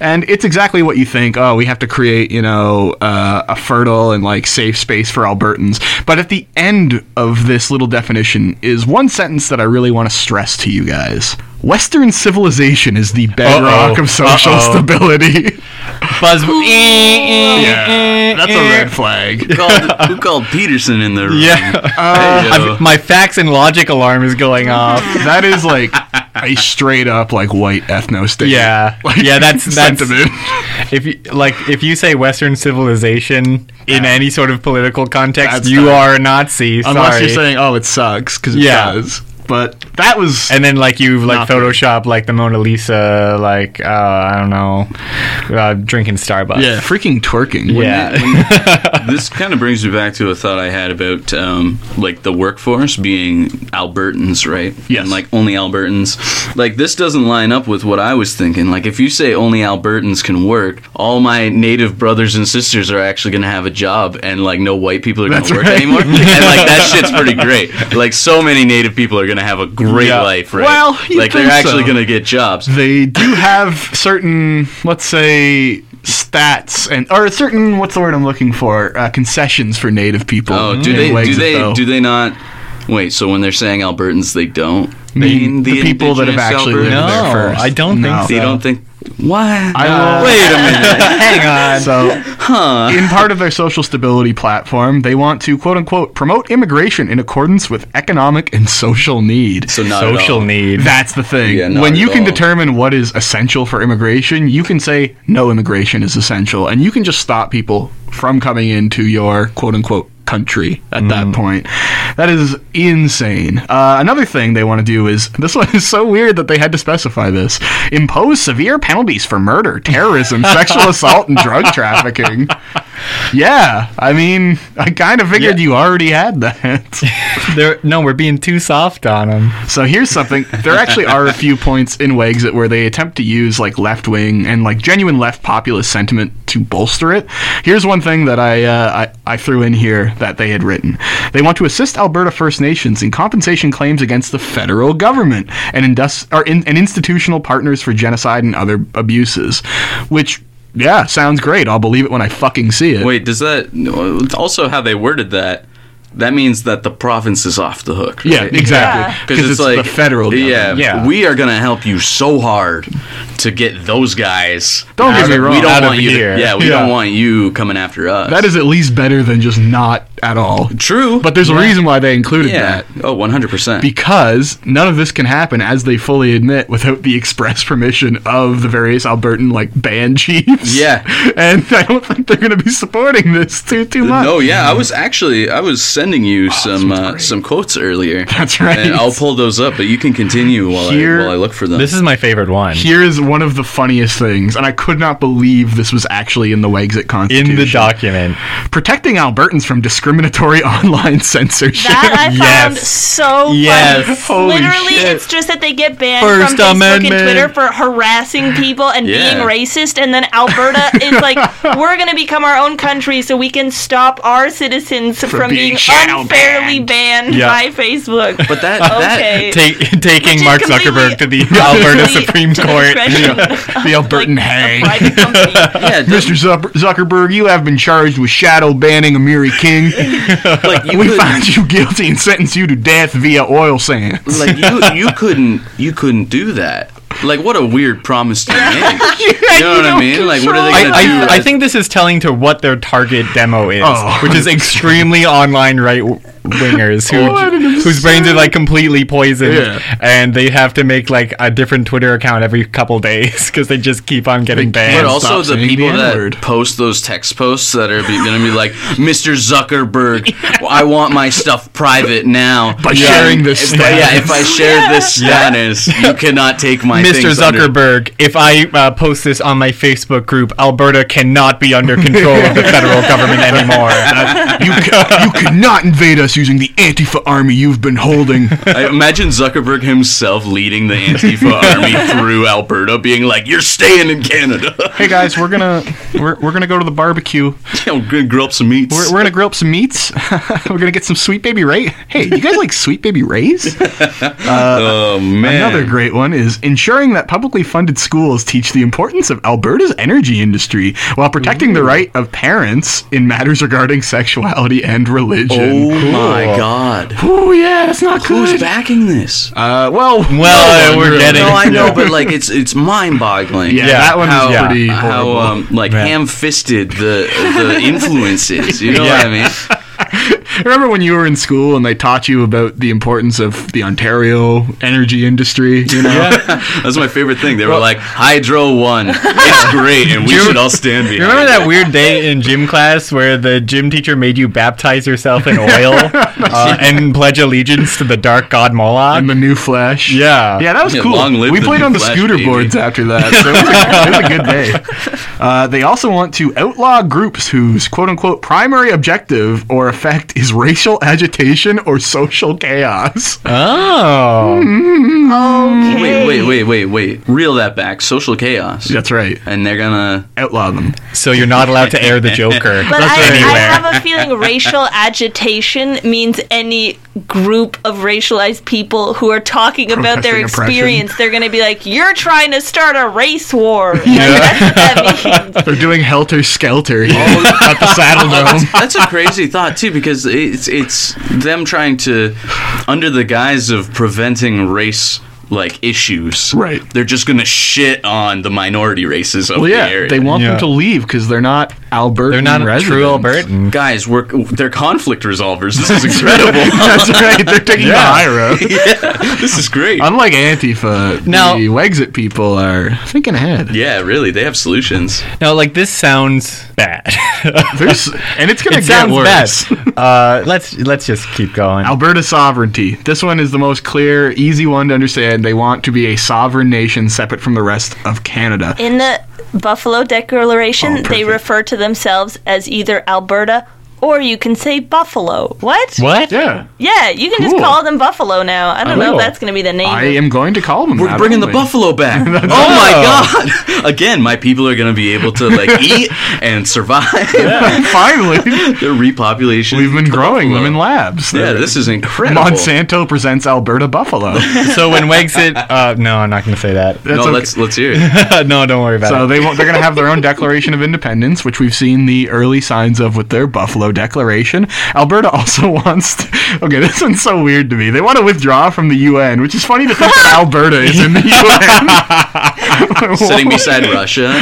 [SPEAKER 2] and it's exactly what you think. Oh, we have to create, you know, uh, a fertile and like safe space for Albertans. But at the end of this little definition is one sentence that I really want to stress to you guys. Western civilization is the bedrock
[SPEAKER 1] Uh-oh.
[SPEAKER 2] of social
[SPEAKER 1] Uh-oh.
[SPEAKER 2] stability.
[SPEAKER 1] Buzz. yeah.
[SPEAKER 2] that's a red flag.
[SPEAKER 4] Who called, who called Peterson in the room? Hey, yo.
[SPEAKER 1] I've- my facts and logic alarm is going off.
[SPEAKER 2] that is like a straight up like white ethno state.
[SPEAKER 1] Yeah.
[SPEAKER 2] like,
[SPEAKER 1] Yeah, that's- that's-
[SPEAKER 2] sentiment.
[SPEAKER 1] If you like, if you say Western civilization in any sort of political context,
[SPEAKER 2] That's
[SPEAKER 1] you
[SPEAKER 2] not-
[SPEAKER 1] are a Nazi. Sorry.
[SPEAKER 2] Unless you're saying, "Oh, it sucks," because it
[SPEAKER 1] Yeah.
[SPEAKER 2] does. But that was
[SPEAKER 1] and then like you like
[SPEAKER 2] Nothing.
[SPEAKER 1] Photoshop like the Mona Lisa, like uh, I don't know, uh, drinking Starbucks.
[SPEAKER 2] yeah, freaking twerking. wouldn't it?
[SPEAKER 1] Yeah.
[SPEAKER 4] this kind of brings me back to a thought I had about um, like the workforce being Albertans, right?
[SPEAKER 2] Yes.
[SPEAKER 4] And like only Albertans. Like this doesn't line up with what I was thinking. Like if you say only Albertans can work, all my native brothers and sisters are actually going to have a job, and like no white people are going
[SPEAKER 2] That's
[SPEAKER 4] to work
[SPEAKER 2] right.
[SPEAKER 4] anymore. and like that shit's pretty great. Like so many native people are going to have a great
[SPEAKER 1] Yeah.
[SPEAKER 4] life, right?
[SPEAKER 2] Well, you'd
[SPEAKER 4] like they're
[SPEAKER 2] think
[SPEAKER 4] actually
[SPEAKER 2] so.
[SPEAKER 4] going to get jobs.
[SPEAKER 2] they do have certain, let's say, stats and or certain what's the word I'm looking for? Uh, concessions for native people.
[SPEAKER 4] Oh, do
[SPEAKER 2] in
[SPEAKER 4] they? Do
[SPEAKER 2] Wexit,
[SPEAKER 4] they?
[SPEAKER 2] though.
[SPEAKER 4] Do they not? Wait. So when they're saying Albertans, they don't
[SPEAKER 2] Mean the people that have
[SPEAKER 4] indigenous
[SPEAKER 2] actually lived
[SPEAKER 4] Albertans?
[SPEAKER 2] there
[SPEAKER 1] No,
[SPEAKER 2] first.
[SPEAKER 1] I don't think
[SPEAKER 2] No.
[SPEAKER 1] so.
[SPEAKER 4] They don't think. What?
[SPEAKER 2] I will-
[SPEAKER 4] Wait a minute.
[SPEAKER 1] Hang on.
[SPEAKER 2] So, in part of their social stability platform, they want to quote unquote promote immigration in accordance with economic and social need.
[SPEAKER 4] So not
[SPEAKER 1] Social need.
[SPEAKER 2] That's the thing.
[SPEAKER 4] Yeah, not
[SPEAKER 2] when you
[SPEAKER 4] at
[SPEAKER 2] can
[SPEAKER 4] all.
[SPEAKER 2] determine what is essential for immigration, you can say no immigration is essential, and you can just stop people from coming into your quote unquote country at
[SPEAKER 4] Mm.
[SPEAKER 2] that point. That is insane. Uh, another thing they want to do is this one is so weird that they had to specify this impose severe penalties for murder, terrorism, sexual assault, and drug trafficking. Yeah, I mean, I kind of figured
[SPEAKER 1] Yeah.
[SPEAKER 2] you already had that.
[SPEAKER 1] They're, no, we're being too soft on them.
[SPEAKER 2] So here's something. There actually are a few points in Wexit where they attempt to use like left wing and like genuine left populist sentiment to bolster it. Here's one thing that I, uh, I I threw in here that they had written. They want to assist Alberta First Nations in compensation claims against the federal government and indus- or in, and institutional partners for genocide and other abuses, which yeah, sounds great. I'll believe it when I fucking see it.
[SPEAKER 4] Wait, does that no, it's also how they worded that? That means that the province is off the hook.
[SPEAKER 2] yeah,
[SPEAKER 4] right?
[SPEAKER 2] exactly.
[SPEAKER 3] Yeah.
[SPEAKER 2] Because it's, the federal. Government.
[SPEAKER 4] Yeah,
[SPEAKER 1] Yeah.
[SPEAKER 4] we are gonna help you so hard to get those guys.
[SPEAKER 2] Don't get
[SPEAKER 4] out
[SPEAKER 2] me
[SPEAKER 4] of-
[SPEAKER 2] wrong,
[SPEAKER 4] We don't
[SPEAKER 1] out of
[SPEAKER 4] want you.
[SPEAKER 1] here.
[SPEAKER 4] To, yeah, we
[SPEAKER 2] Yeah.
[SPEAKER 4] don't want you coming after us.
[SPEAKER 2] That is at least better than just not at all.
[SPEAKER 4] true.
[SPEAKER 2] But there's a reason why they included
[SPEAKER 4] yeah,
[SPEAKER 2] that.
[SPEAKER 4] oh, one hundred percent.
[SPEAKER 2] Because none of this can happen, as they fully admit, without the express permission of the various Albertan like band chiefs.
[SPEAKER 4] Yeah.
[SPEAKER 2] and I don't think they're going to be supporting this too too much.
[SPEAKER 4] No, yeah, I was actually I was sending you some
[SPEAKER 2] sounds
[SPEAKER 4] uh,
[SPEAKER 2] great.
[SPEAKER 4] some quotes earlier.
[SPEAKER 2] That's right.
[SPEAKER 4] And I'll pull those up, but you can continue while
[SPEAKER 2] Here-
[SPEAKER 4] I while I look for them.
[SPEAKER 1] This is my favorite one.
[SPEAKER 2] Here is one of the funniest things, and I could not believe this was actually in the Wexit Constitution.
[SPEAKER 1] in the document.
[SPEAKER 2] protecting Albertans from discriminatory online censorship.
[SPEAKER 3] That I found
[SPEAKER 1] Yes.
[SPEAKER 3] so
[SPEAKER 1] Yes.
[SPEAKER 3] funny.
[SPEAKER 1] Holy
[SPEAKER 3] Literally,
[SPEAKER 1] shit.
[SPEAKER 3] it's just that they get banned
[SPEAKER 1] First
[SPEAKER 3] from Facebook
[SPEAKER 1] Amendment.
[SPEAKER 3] and Twitter for harassing people and
[SPEAKER 4] Yeah.
[SPEAKER 3] being racist, and then Alberta is like, we're going to become our own country so we can stop our citizens from
[SPEAKER 2] being
[SPEAKER 3] being,
[SPEAKER 2] shadow
[SPEAKER 3] unfairly banned,
[SPEAKER 1] Yeah.
[SPEAKER 3] by Facebook.
[SPEAKER 4] but that
[SPEAKER 3] Okay.
[SPEAKER 1] Take, taking
[SPEAKER 3] is
[SPEAKER 1] Mark
[SPEAKER 3] completely-
[SPEAKER 1] Zuckerberg to the Alberta Supreme
[SPEAKER 3] to the
[SPEAKER 1] Court.
[SPEAKER 3] discretion
[SPEAKER 2] the Albertan hang.
[SPEAKER 3] of private company.
[SPEAKER 4] that yeah, it
[SPEAKER 2] Mr.
[SPEAKER 4] doesn't-
[SPEAKER 2] Zucker- Zuckerberg, you have been charged with shadow banning Amiri King.
[SPEAKER 4] like you
[SPEAKER 2] we
[SPEAKER 4] could-
[SPEAKER 2] find you guilty and sentence you to death via oil sands.
[SPEAKER 4] like you you couldn't you couldn't do that. Like what a weird promise to make. you know what I mean? Like what are they
[SPEAKER 1] I,
[SPEAKER 4] gonna do?
[SPEAKER 1] I, I think this is telling to what their target demo is,
[SPEAKER 2] Oh.
[SPEAKER 1] which is extremely online right wingers who
[SPEAKER 2] What an
[SPEAKER 1] whose brains are like completely poisoned,
[SPEAKER 2] Yeah.
[SPEAKER 1] and they have to make like a different Twitter account every couple days because they just keep on getting
[SPEAKER 2] can't
[SPEAKER 1] banned.
[SPEAKER 4] but
[SPEAKER 2] And
[SPEAKER 4] also
[SPEAKER 2] stop
[SPEAKER 4] the
[SPEAKER 2] saying
[SPEAKER 4] people
[SPEAKER 2] the
[SPEAKER 4] that
[SPEAKER 2] N-word.
[SPEAKER 4] post those text posts that are be, gonna be like, Mr. Zuckerberg, I want my stuff private now.
[SPEAKER 2] By sharing this
[SPEAKER 4] if, Yeah,
[SPEAKER 2] status.
[SPEAKER 4] if I share this status, you cannot take my
[SPEAKER 1] Mr.
[SPEAKER 4] things under-
[SPEAKER 1] Zuckerberg, if I uh, post this on my Facebook group, Alberta cannot be under control of the federal government anymore.
[SPEAKER 2] You, ca- you could not invade us using the Antifa army you've been holding.
[SPEAKER 4] I imagine Zuckerberg himself leading the Antifa army through Alberta, being like, "You're staying in Canada.
[SPEAKER 2] Hey guys, we're gonna we're, we're gonna go to the barbecue.
[SPEAKER 4] I'm gonna grill up some meats."
[SPEAKER 2] We're, we're gonna grill up some meats. we're gonna get some sweet baby Ray. Hey, you guys like sweet baby Rays?
[SPEAKER 4] oh man!
[SPEAKER 2] Another great one is ensuring that publicly funded schools teach the importance of Alberta's energy industry while protecting the right of parents in matters regarding sexuality and religion.
[SPEAKER 4] oh my god!
[SPEAKER 2] Oh, yeah, that's not
[SPEAKER 4] Who's
[SPEAKER 2] good.
[SPEAKER 4] backing this?
[SPEAKER 2] Uh, well,
[SPEAKER 1] Well,
[SPEAKER 2] no one
[SPEAKER 1] we're
[SPEAKER 2] really.
[SPEAKER 1] getting-
[SPEAKER 4] No, I know, but like it's it's mind boggling.
[SPEAKER 2] Yeah, that one
[SPEAKER 4] how,
[SPEAKER 2] is
[SPEAKER 1] yeah.
[SPEAKER 2] pretty
[SPEAKER 4] how
[SPEAKER 2] horrible.
[SPEAKER 4] um, like
[SPEAKER 1] Yeah.
[SPEAKER 4] ham fisted the the influence is. You know what I mean?
[SPEAKER 2] Remember when you were in school and they taught you about the importance of the Ontario energy industry? You know?
[SPEAKER 4] That's my favorite thing. They were like Hydro One. It's great, and we should all stand behind.
[SPEAKER 1] You remember
[SPEAKER 4] it."
[SPEAKER 1] that weird day in gym class where the gym teacher made you baptize yourself in oil uh, and pledge allegiance to the dark god Moloch?
[SPEAKER 2] And the new Flash.
[SPEAKER 1] Yeah.
[SPEAKER 2] Uh, Yeah, that was
[SPEAKER 4] Yeah,
[SPEAKER 2] cool.
[SPEAKER 4] long live
[SPEAKER 2] we
[SPEAKER 4] the
[SPEAKER 2] played
[SPEAKER 4] new
[SPEAKER 2] on the
[SPEAKER 4] Flash,
[SPEAKER 2] scooter
[SPEAKER 4] baby.
[SPEAKER 2] boards after that. So it, was a, it was a good day. Uh, they also want to outlaw groups whose quote unquote primary objective or effect is racial agitation or social chaos.
[SPEAKER 4] Uh,
[SPEAKER 2] Mm-hmm.
[SPEAKER 1] Oh.
[SPEAKER 4] Wait, wait, wait, wait, wait. Reel that back. Social chaos.
[SPEAKER 2] That's right.
[SPEAKER 4] And they're gonna.
[SPEAKER 2] Outlaw them.
[SPEAKER 1] So you're not allowed to air the Joker
[SPEAKER 3] But I, I
[SPEAKER 1] anywhere.
[SPEAKER 3] have a feeling racial agitation means any group of racialized people who are talking about their
[SPEAKER 2] Protesting oppression.
[SPEAKER 3] experience. They're going to be like, "You're trying to start a race war." Like, that's what that means.
[SPEAKER 2] They're doing helter skelter here at the Saddle Dome.
[SPEAKER 4] That's a crazy thought too, because it's it's them trying to, under the guise of preventing race like issues,
[SPEAKER 2] Right.
[SPEAKER 4] They're just gonna shit on the minority races of
[SPEAKER 2] Well,
[SPEAKER 4] the
[SPEAKER 2] yeah,
[SPEAKER 4] area.
[SPEAKER 2] they want
[SPEAKER 1] Yeah.
[SPEAKER 2] them to leave because they're not Albertan.
[SPEAKER 1] They're not a
[SPEAKER 2] residents.
[SPEAKER 1] true Albertan.
[SPEAKER 4] Guys, we're they're conflict resolvers. This is incredible.
[SPEAKER 2] That's right. They're taking the
[SPEAKER 1] Yeah.
[SPEAKER 2] high road.
[SPEAKER 4] this is great.
[SPEAKER 2] Unlike Antifa,
[SPEAKER 1] Now-
[SPEAKER 2] the Wexit people are thinking ahead.
[SPEAKER 4] yeah, really, they have solutions.
[SPEAKER 1] No, like this sounds bad.
[SPEAKER 2] There's, and it's gonna
[SPEAKER 1] it
[SPEAKER 2] get
[SPEAKER 1] sounds
[SPEAKER 2] worse.
[SPEAKER 1] bad. Uh, let's let's just keep going.
[SPEAKER 2] Alberta sovereignty. This one is the most clear, easy one to understand. They want to be a sovereign nation separate from the rest of Canada.
[SPEAKER 3] In the Buffalo Declaration,
[SPEAKER 2] Oh,
[SPEAKER 3] they
[SPEAKER 2] perfect.
[SPEAKER 3] refer to themselves as either Alberta Or you can say Buffalo. What?
[SPEAKER 1] What?
[SPEAKER 2] Yeah.
[SPEAKER 3] Yeah, you can just
[SPEAKER 2] Cool.
[SPEAKER 3] call them Buffalo now. I don't know
[SPEAKER 1] will.
[SPEAKER 3] if that's going to be the name.
[SPEAKER 2] I am going to call them.
[SPEAKER 4] We're
[SPEAKER 2] that,
[SPEAKER 4] bringing the
[SPEAKER 2] aren't we?
[SPEAKER 4] buffalo back. oh my god! Again, my people are gonna be able to like eat and survive.
[SPEAKER 2] Finally,
[SPEAKER 4] Their repopulation.
[SPEAKER 2] we've been growing them in labs.
[SPEAKER 4] yeah, this is incredible.
[SPEAKER 2] Monsanto presents Alberta buffalo.
[SPEAKER 1] So when Wexit, uh, no, I'm not going to say that.
[SPEAKER 4] No,
[SPEAKER 2] okay.
[SPEAKER 4] let's let's hear it.
[SPEAKER 1] no, don't worry about
[SPEAKER 2] So
[SPEAKER 1] it.
[SPEAKER 2] they won't, they're going to have their own Declaration of Independence, which we've seen the early signs of with their Buffalo Declaration. Alberta also wants. To, okay, this one's so weird to me. They want to withdraw from the UN, which is funny to think that Alberta is in the UN.
[SPEAKER 4] Sitting beside Russia.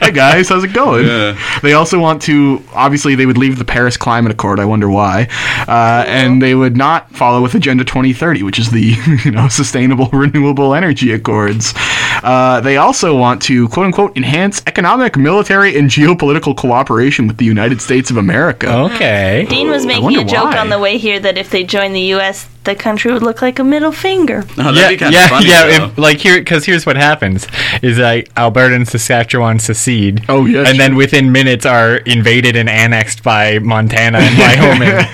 [SPEAKER 2] hey guys, how's it going?
[SPEAKER 4] Yeah.
[SPEAKER 2] They also want to. Obviously, they would leave the Paris Climate Accord. I wonder why. Uh, and they would not follow with Agenda 2030, which is the you know sustainable renewable energy accords. Uh, they also want to quote unquote enhance economic, military, and geopolitical cooperation with the United States of America.
[SPEAKER 1] okay.
[SPEAKER 3] Dean was making
[SPEAKER 2] wonder
[SPEAKER 3] a joke
[SPEAKER 2] why.
[SPEAKER 3] on the way here that if they joined the U.S., the country would look like a middle finger.
[SPEAKER 4] No, that'd be
[SPEAKER 1] Yeah,
[SPEAKER 4] kind
[SPEAKER 1] yeah,
[SPEAKER 4] of funny.
[SPEAKER 1] yeah.
[SPEAKER 4] though.
[SPEAKER 1] If, like here, because here's what happens: is like Alberta and Saskatchewan secede.
[SPEAKER 2] Oh, yes,
[SPEAKER 1] and then
[SPEAKER 2] sure.
[SPEAKER 1] within minutes are invaded and annexed by Montana and Wyoming,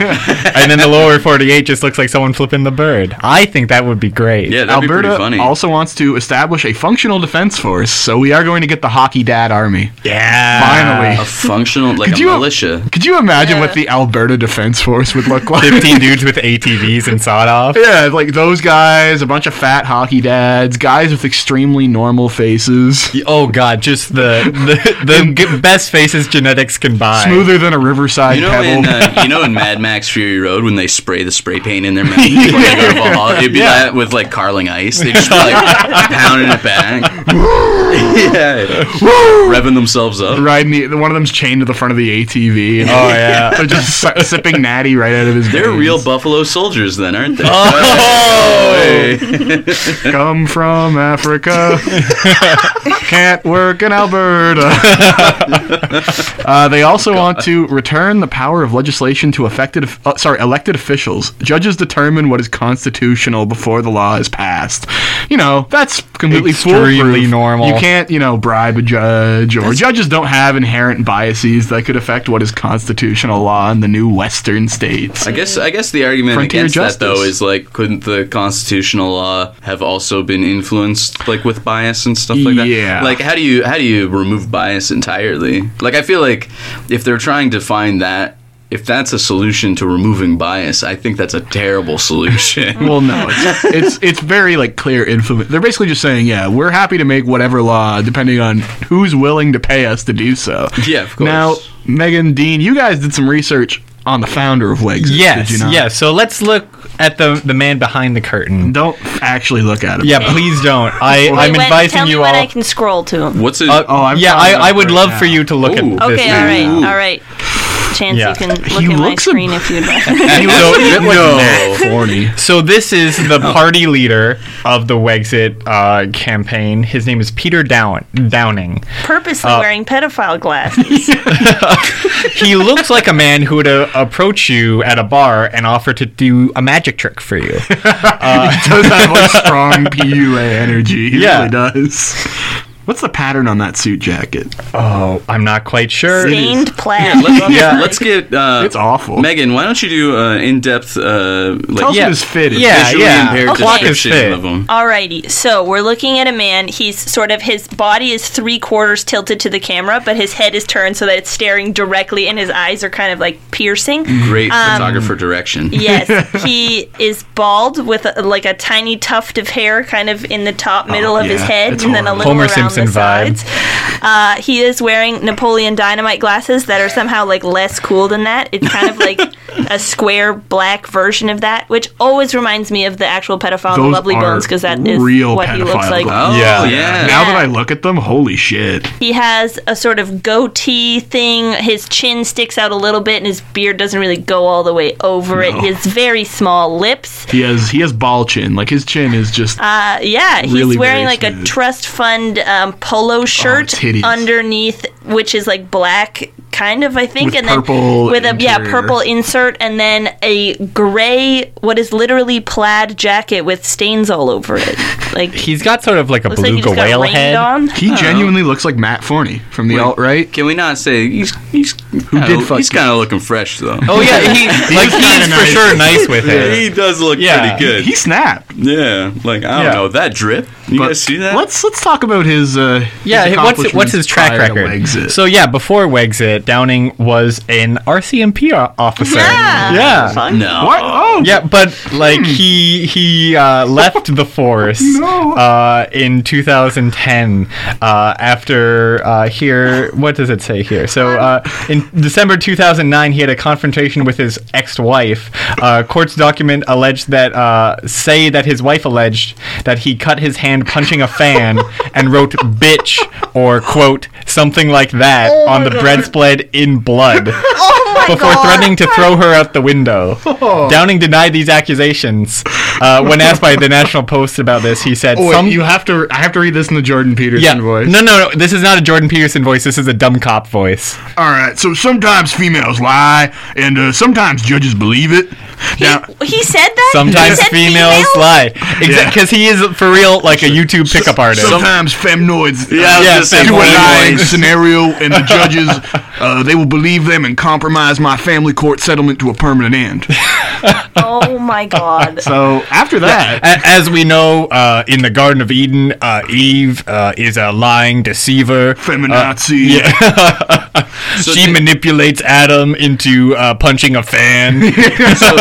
[SPEAKER 1] and then the lower 48 just looks like someone flipping the bird. I think that would be great.
[SPEAKER 4] yeah, that'd be
[SPEAKER 2] Alberta
[SPEAKER 4] pretty funny.
[SPEAKER 2] also wants to establish a functional defense force, so we are going to get the hockey dad army.
[SPEAKER 1] yeah.
[SPEAKER 2] Finally.
[SPEAKER 4] a functional like
[SPEAKER 2] Could
[SPEAKER 4] a
[SPEAKER 2] you-
[SPEAKER 4] militia.
[SPEAKER 2] Could you imagine
[SPEAKER 3] Yeah.
[SPEAKER 2] what the Alberta Defense Force would look like?
[SPEAKER 1] 15 dudes with ATVs and sawed off.
[SPEAKER 2] Yeah, like those guys, a bunch of fat hockey dads, guys with extremely normal faces,
[SPEAKER 1] Oh God! Just the the, the g- best faces genetics can buy.
[SPEAKER 2] smoother than a riverside
[SPEAKER 4] You know,
[SPEAKER 2] pebble.
[SPEAKER 4] in uh, you know, in Mad Max Fury Road, when they spray the spray paint in their mouth, before they go to Valhalla, it'd be that with like Carling Ice. They just be like pounding it back, yeah, revving themselves up.
[SPEAKER 2] Riding the one of them's chained to the front of the ATV. And
[SPEAKER 1] Oh yeah.
[SPEAKER 2] They're just si- sipping natty right out of his.
[SPEAKER 4] They're
[SPEAKER 2] veins.
[SPEAKER 4] real Buffalo soldiers, then, aren't they?
[SPEAKER 2] Come from Africa. Can't work in Alberta. uh, they also
[SPEAKER 1] Oh,
[SPEAKER 2] want to return the power of legislation to affected, uh, sorry, elected officials. Judges determine what is constitutional before the law is passed. You know, that's completely
[SPEAKER 1] Extremely
[SPEAKER 2] foolproof.
[SPEAKER 1] normal.
[SPEAKER 2] You can't, you know, bribe a judge, or judges don't have inherent biases that could affect what is constitutional law in the new Western states.
[SPEAKER 4] I guess I guess the argument
[SPEAKER 2] Frontier
[SPEAKER 4] against
[SPEAKER 2] justice.
[SPEAKER 4] that though is like, couldn't the constitutional law have also been influenced like with bias and stuff like that?
[SPEAKER 2] Yeah.
[SPEAKER 4] Like how do you how do you remove bias entirely? Like I feel like if they're trying to find that. If that's a solution to removing bias, I think that's a terrible solution.
[SPEAKER 2] Well, no, it's, it's it's very like clear influence. They're basically just saying, yeah, we're happy to make whatever law depending on who's willing to pay us to do so.
[SPEAKER 4] Yeah, of course.
[SPEAKER 2] Now, Megan, Dean, you guys did some research on the founder of Wigs.
[SPEAKER 1] Yes,
[SPEAKER 2] did you not?
[SPEAKER 1] yes. So let's look at the the man behind the curtain.
[SPEAKER 2] Don't actually look at it.
[SPEAKER 1] Yeah, please don't. I
[SPEAKER 3] Wait,
[SPEAKER 1] I'm
[SPEAKER 3] when-
[SPEAKER 1] advising
[SPEAKER 3] tell
[SPEAKER 1] you
[SPEAKER 3] me when
[SPEAKER 1] all.
[SPEAKER 3] I can scroll to him.
[SPEAKER 4] What's it?
[SPEAKER 1] Uh,
[SPEAKER 2] Oh, I'm
[SPEAKER 1] yeah, I,
[SPEAKER 2] finding it
[SPEAKER 1] I would
[SPEAKER 2] right
[SPEAKER 1] love
[SPEAKER 2] now.
[SPEAKER 1] for you to look
[SPEAKER 4] Ooh.
[SPEAKER 1] at this.
[SPEAKER 3] Okay,
[SPEAKER 1] man.
[SPEAKER 3] all right,
[SPEAKER 4] Ooh.
[SPEAKER 3] all right. Chance,
[SPEAKER 1] Yeah.
[SPEAKER 3] you can look
[SPEAKER 2] He
[SPEAKER 3] at my
[SPEAKER 2] looks a-
[SPEAKER 3] screen if you'd like.
[SPEAKER 2] He was,
[SPEAKER 1] So-
[SPEAKER 2] it was
[SPEAKER 1] no.
[SPEAKER 2] that horny.
[SPEAKER 1] So this is the party leader of the Wexit uh, campaign. His name is Peter Down- Downing.
[SPEAKER 3] Purposely wearing pedophile glasses.
[SPEAKER 1] He looks like a man who would uh, approach you at a bar and offer to do a magic trick for you.
[SPEAKER 2] He does have like strong PUA energy. He
[SPEAKER 1] Yeah.
[SPEAKER 2] really does. What's the pattern on that suit jacket?
[SPEAKER 1] Oh, I'm not quite sure.
[SPEAKER 3] Stained plaid.
[SPEAKER 4] let's, let's get. Uh,
[SPEAKER 2] It's awful.
[SPEAKER 4] Megan, why don't you do uh, in-depth, uh,
[SPEAKER 2] Tell
[SPEAKER 4] like
[SPEAKER 2] us
[SPEAKER 1] yeah.
[SPEAKER 2] what his fit is.
[SPEAKER 1] Yeah,
[SPEAKER 4] visually
[SPEAKER 1] yeah.
[SPEAKER 4] impaired
[SPEAKER 1] Clock is
[SPEAKER 4] description
[SPEAKER 1] fit. Um,
[SPEAKER 4] of him?
[SPEAKER 3] Alrighty, so we're looking at a man. He's sort of his body is three quarters tilted to the camera, but his head is turned so that it's staring directly, and his eyes are kind of like piercing.
[SPEAKER 4] Great photographer direction.
[SPEAKER 3] Yes, he is bald with a, like a tiny tuft of hair, kind of in the top middle of his
[SPEAKER 2] Oh, yeah,
[SPEAKER 3] head,
[SPEAKER 2] it's
[SPEAKER 3] and then a
[SPEAKER 2] horrible.
[SPEAKER 3] little
[SPEAKER 1] Homer
[SPEAKER 3] around
[SPEAKER 1] Simpson
[SPEAKER 3] the
[SPEAKER 1] vibe.
[SPEAKER 3] sides. Uh, he is wearing Napoleon Dynamite glasses that are somehow like less cool than that. It's kind of like a square black version of that, which always reminds me of the actual pedophile in
[SPEAKER 2] Those
[SPEAKER 3] Lovely
[SPEAKER 2] are
[SPEAKER 3] Bones because that is
[SPEAKER 2] real
[SPEAKER 3] what he looks
[SPEAKER 2] pedophile
[SPEAKER 3] like.
[SPEAKER 2] glasses.
[SPEAKER 4] Oh,
[SPEAKER 1] Yeah.
[SPEAKER 4] yeah.
[SPEAKER 2] Now that I look at them, holy shit.
[SPEAKER 3] He has a sort of goatee thing. His chin sticks out a little bit, and his beard doesn't really go all the way over it. He has very small lips.
[SPEAKER 2] He has he has ball chin. Like his chin is just
[SPEAKER 3] Uh, yeah, he's
[SPEAKER 2] Really
[SPEAKER 3] wearing
[SPEAKER 2] very
[SPEAKER 3] like a
[SPEAKER 2] smooth. Oh,
[SPEAKER 3] trust fund um, polo shirt
[SPEAKER 2] titties.
[SPEAKER 3] underneath which is like black, kind of, I think,
[SPEAKER 2] With
[SPEAKER 3] and
[SPEAKER 2] purple
[SPEAKER 3] then with a yeah
[SPEAKER 2] interior.
[SPEAKER 3] purple insert, and then a gray, what is literally plaid jacket with stains all over it. Like
[SPEAKER 1] He's got sort of like a
[SPEAKER 3] looks like he
[SPEAKER 1] beluga
[SPEAKER 3] just got
[SPEAKER 1] whale
[SPEAKER 3] rained
[SPEAKER 1] head.
[SPEAKER 3] on.
[SPEAKER 2] He genuinely looks like Matt Forney from the alt right.
[SPEAKER 4] Can we not say he's he's who
[SPEAKER 2] did fuck
[SPEAKER 4] he's
[SPEAKER 2] you?
[SPEAKER 4] kind of looking fresh though?
[SPEAKER 1] Oh yeah, he like
[SPEAKER 2] kinda
[SPEAKER 1] he's for
[SPEAKER 2] nice.
[SPEAKER 1] sure nice with it.
[SPEAKER 4] he does look
[SPEAKER 1] Yeah.
[SPEAKER 4] pretty good.
[SPEAKER 2] He snapped.
[SPEAKER 4] yeah, like I don't
[SPEAKER 1] Yeah.
[SPEAKER 4] know that drip. You
[SPEAKER 2] But
[SPEAKER 4] guys see that?
[SPEAKER 2] Let's let's talk about his. Uh,
[SPEAKER 1] Yeah,
[SPEAKER 2] his
[SPEAKER 1] hey, what's what's his
[SPEAKER 2] accomplishments
[SPEAKER 1] track
[SPEAKER 2] prior to
[SPEAKER 1] record?
[SPEAKER 2] Wexit.
[SPEAKER 1] So yeah, before Wexit, Downing was an RCMP o- officer.
[SPEAKER 3] Yeah.
[SPEAKER 1] yeah,
[SPEAKER 4] No.
[SPEAKER 2] what? Oh,
[SPEAKER 1] uh, Yeah, but like he he uh, left the force
[SPEAKER 2] Hmm. No.
[SPEAKER 1] uh, in 2010 uh, after uh, here. What does it say here? So uh, in December 2009, he had a confrontation with his ex-wife. Uh, court's document alleged that uh, say that his wife alleged that he cut his hand punching a fan and wrote "bitch" or quote something like that on the bread spread in blood before threatening to throw her out the window.
[SPEAKER 2] Oh.
[SPEAKER 1] Downing denied these accusations. Uh, when asked by the National Post about this, he said,
[SPEAKER 2] Oh, Wait,
[SPEAKER 1] "Some
[SPEAKER 2] you have to. I have to read this in the Jordan Peterson
[SPEAKER 1] yeah,
[SPEAKER 2] voice.
[SPEAKER 1] no, no, no. This is not a Jordan Peterson voice. This is a dumb cop voice.
[SPEAKER 2] All right. So sometimes females lie, and uh, sometimes judges believe it. Now,
[SPEAKER 3] He, he said that.
[SPEAKER 1] Sometimes
[SPEAKER 3] he said
[SPEAKER 1] females
[SPEAKER 3] female?
[SPEAKER 1] lie,
[SPEAKER 2] Yeah.
[SPEAKER 1] because he is for real like a YouTube pickup artist.
[SPEAKER 2] sometimes femnoids uh,
[SPEAKER 4] Yeah, I was
[SPEAKER 1] Yeah,
[SPEAKER 4] just saying,
[SPEAKER 2] do a
[SPEAKER 1] femnoid
[SPEAKER 2] lying
[SPEAKER 4] boys.
[SPEAKER 2] scenario, and the judges uh, they will believe them and compromise my family court settlement to a permanent end.
[SPEAKER 3] Oh my god.
[SPEAKER 2] So after that,
[SPEAKER 1] A- As we know, uh, in the Garden of Eden, uh, Eve uh, is a lying deceiver.
[SPEAKER 2] feminazi.
[SPEAKER 4] So
[SPEAKER 1] she
[SPEAKER 4] did-
[SPEAKER 1] manipulates Adam into uh, punching a fan.
[SPEAKER 4] so,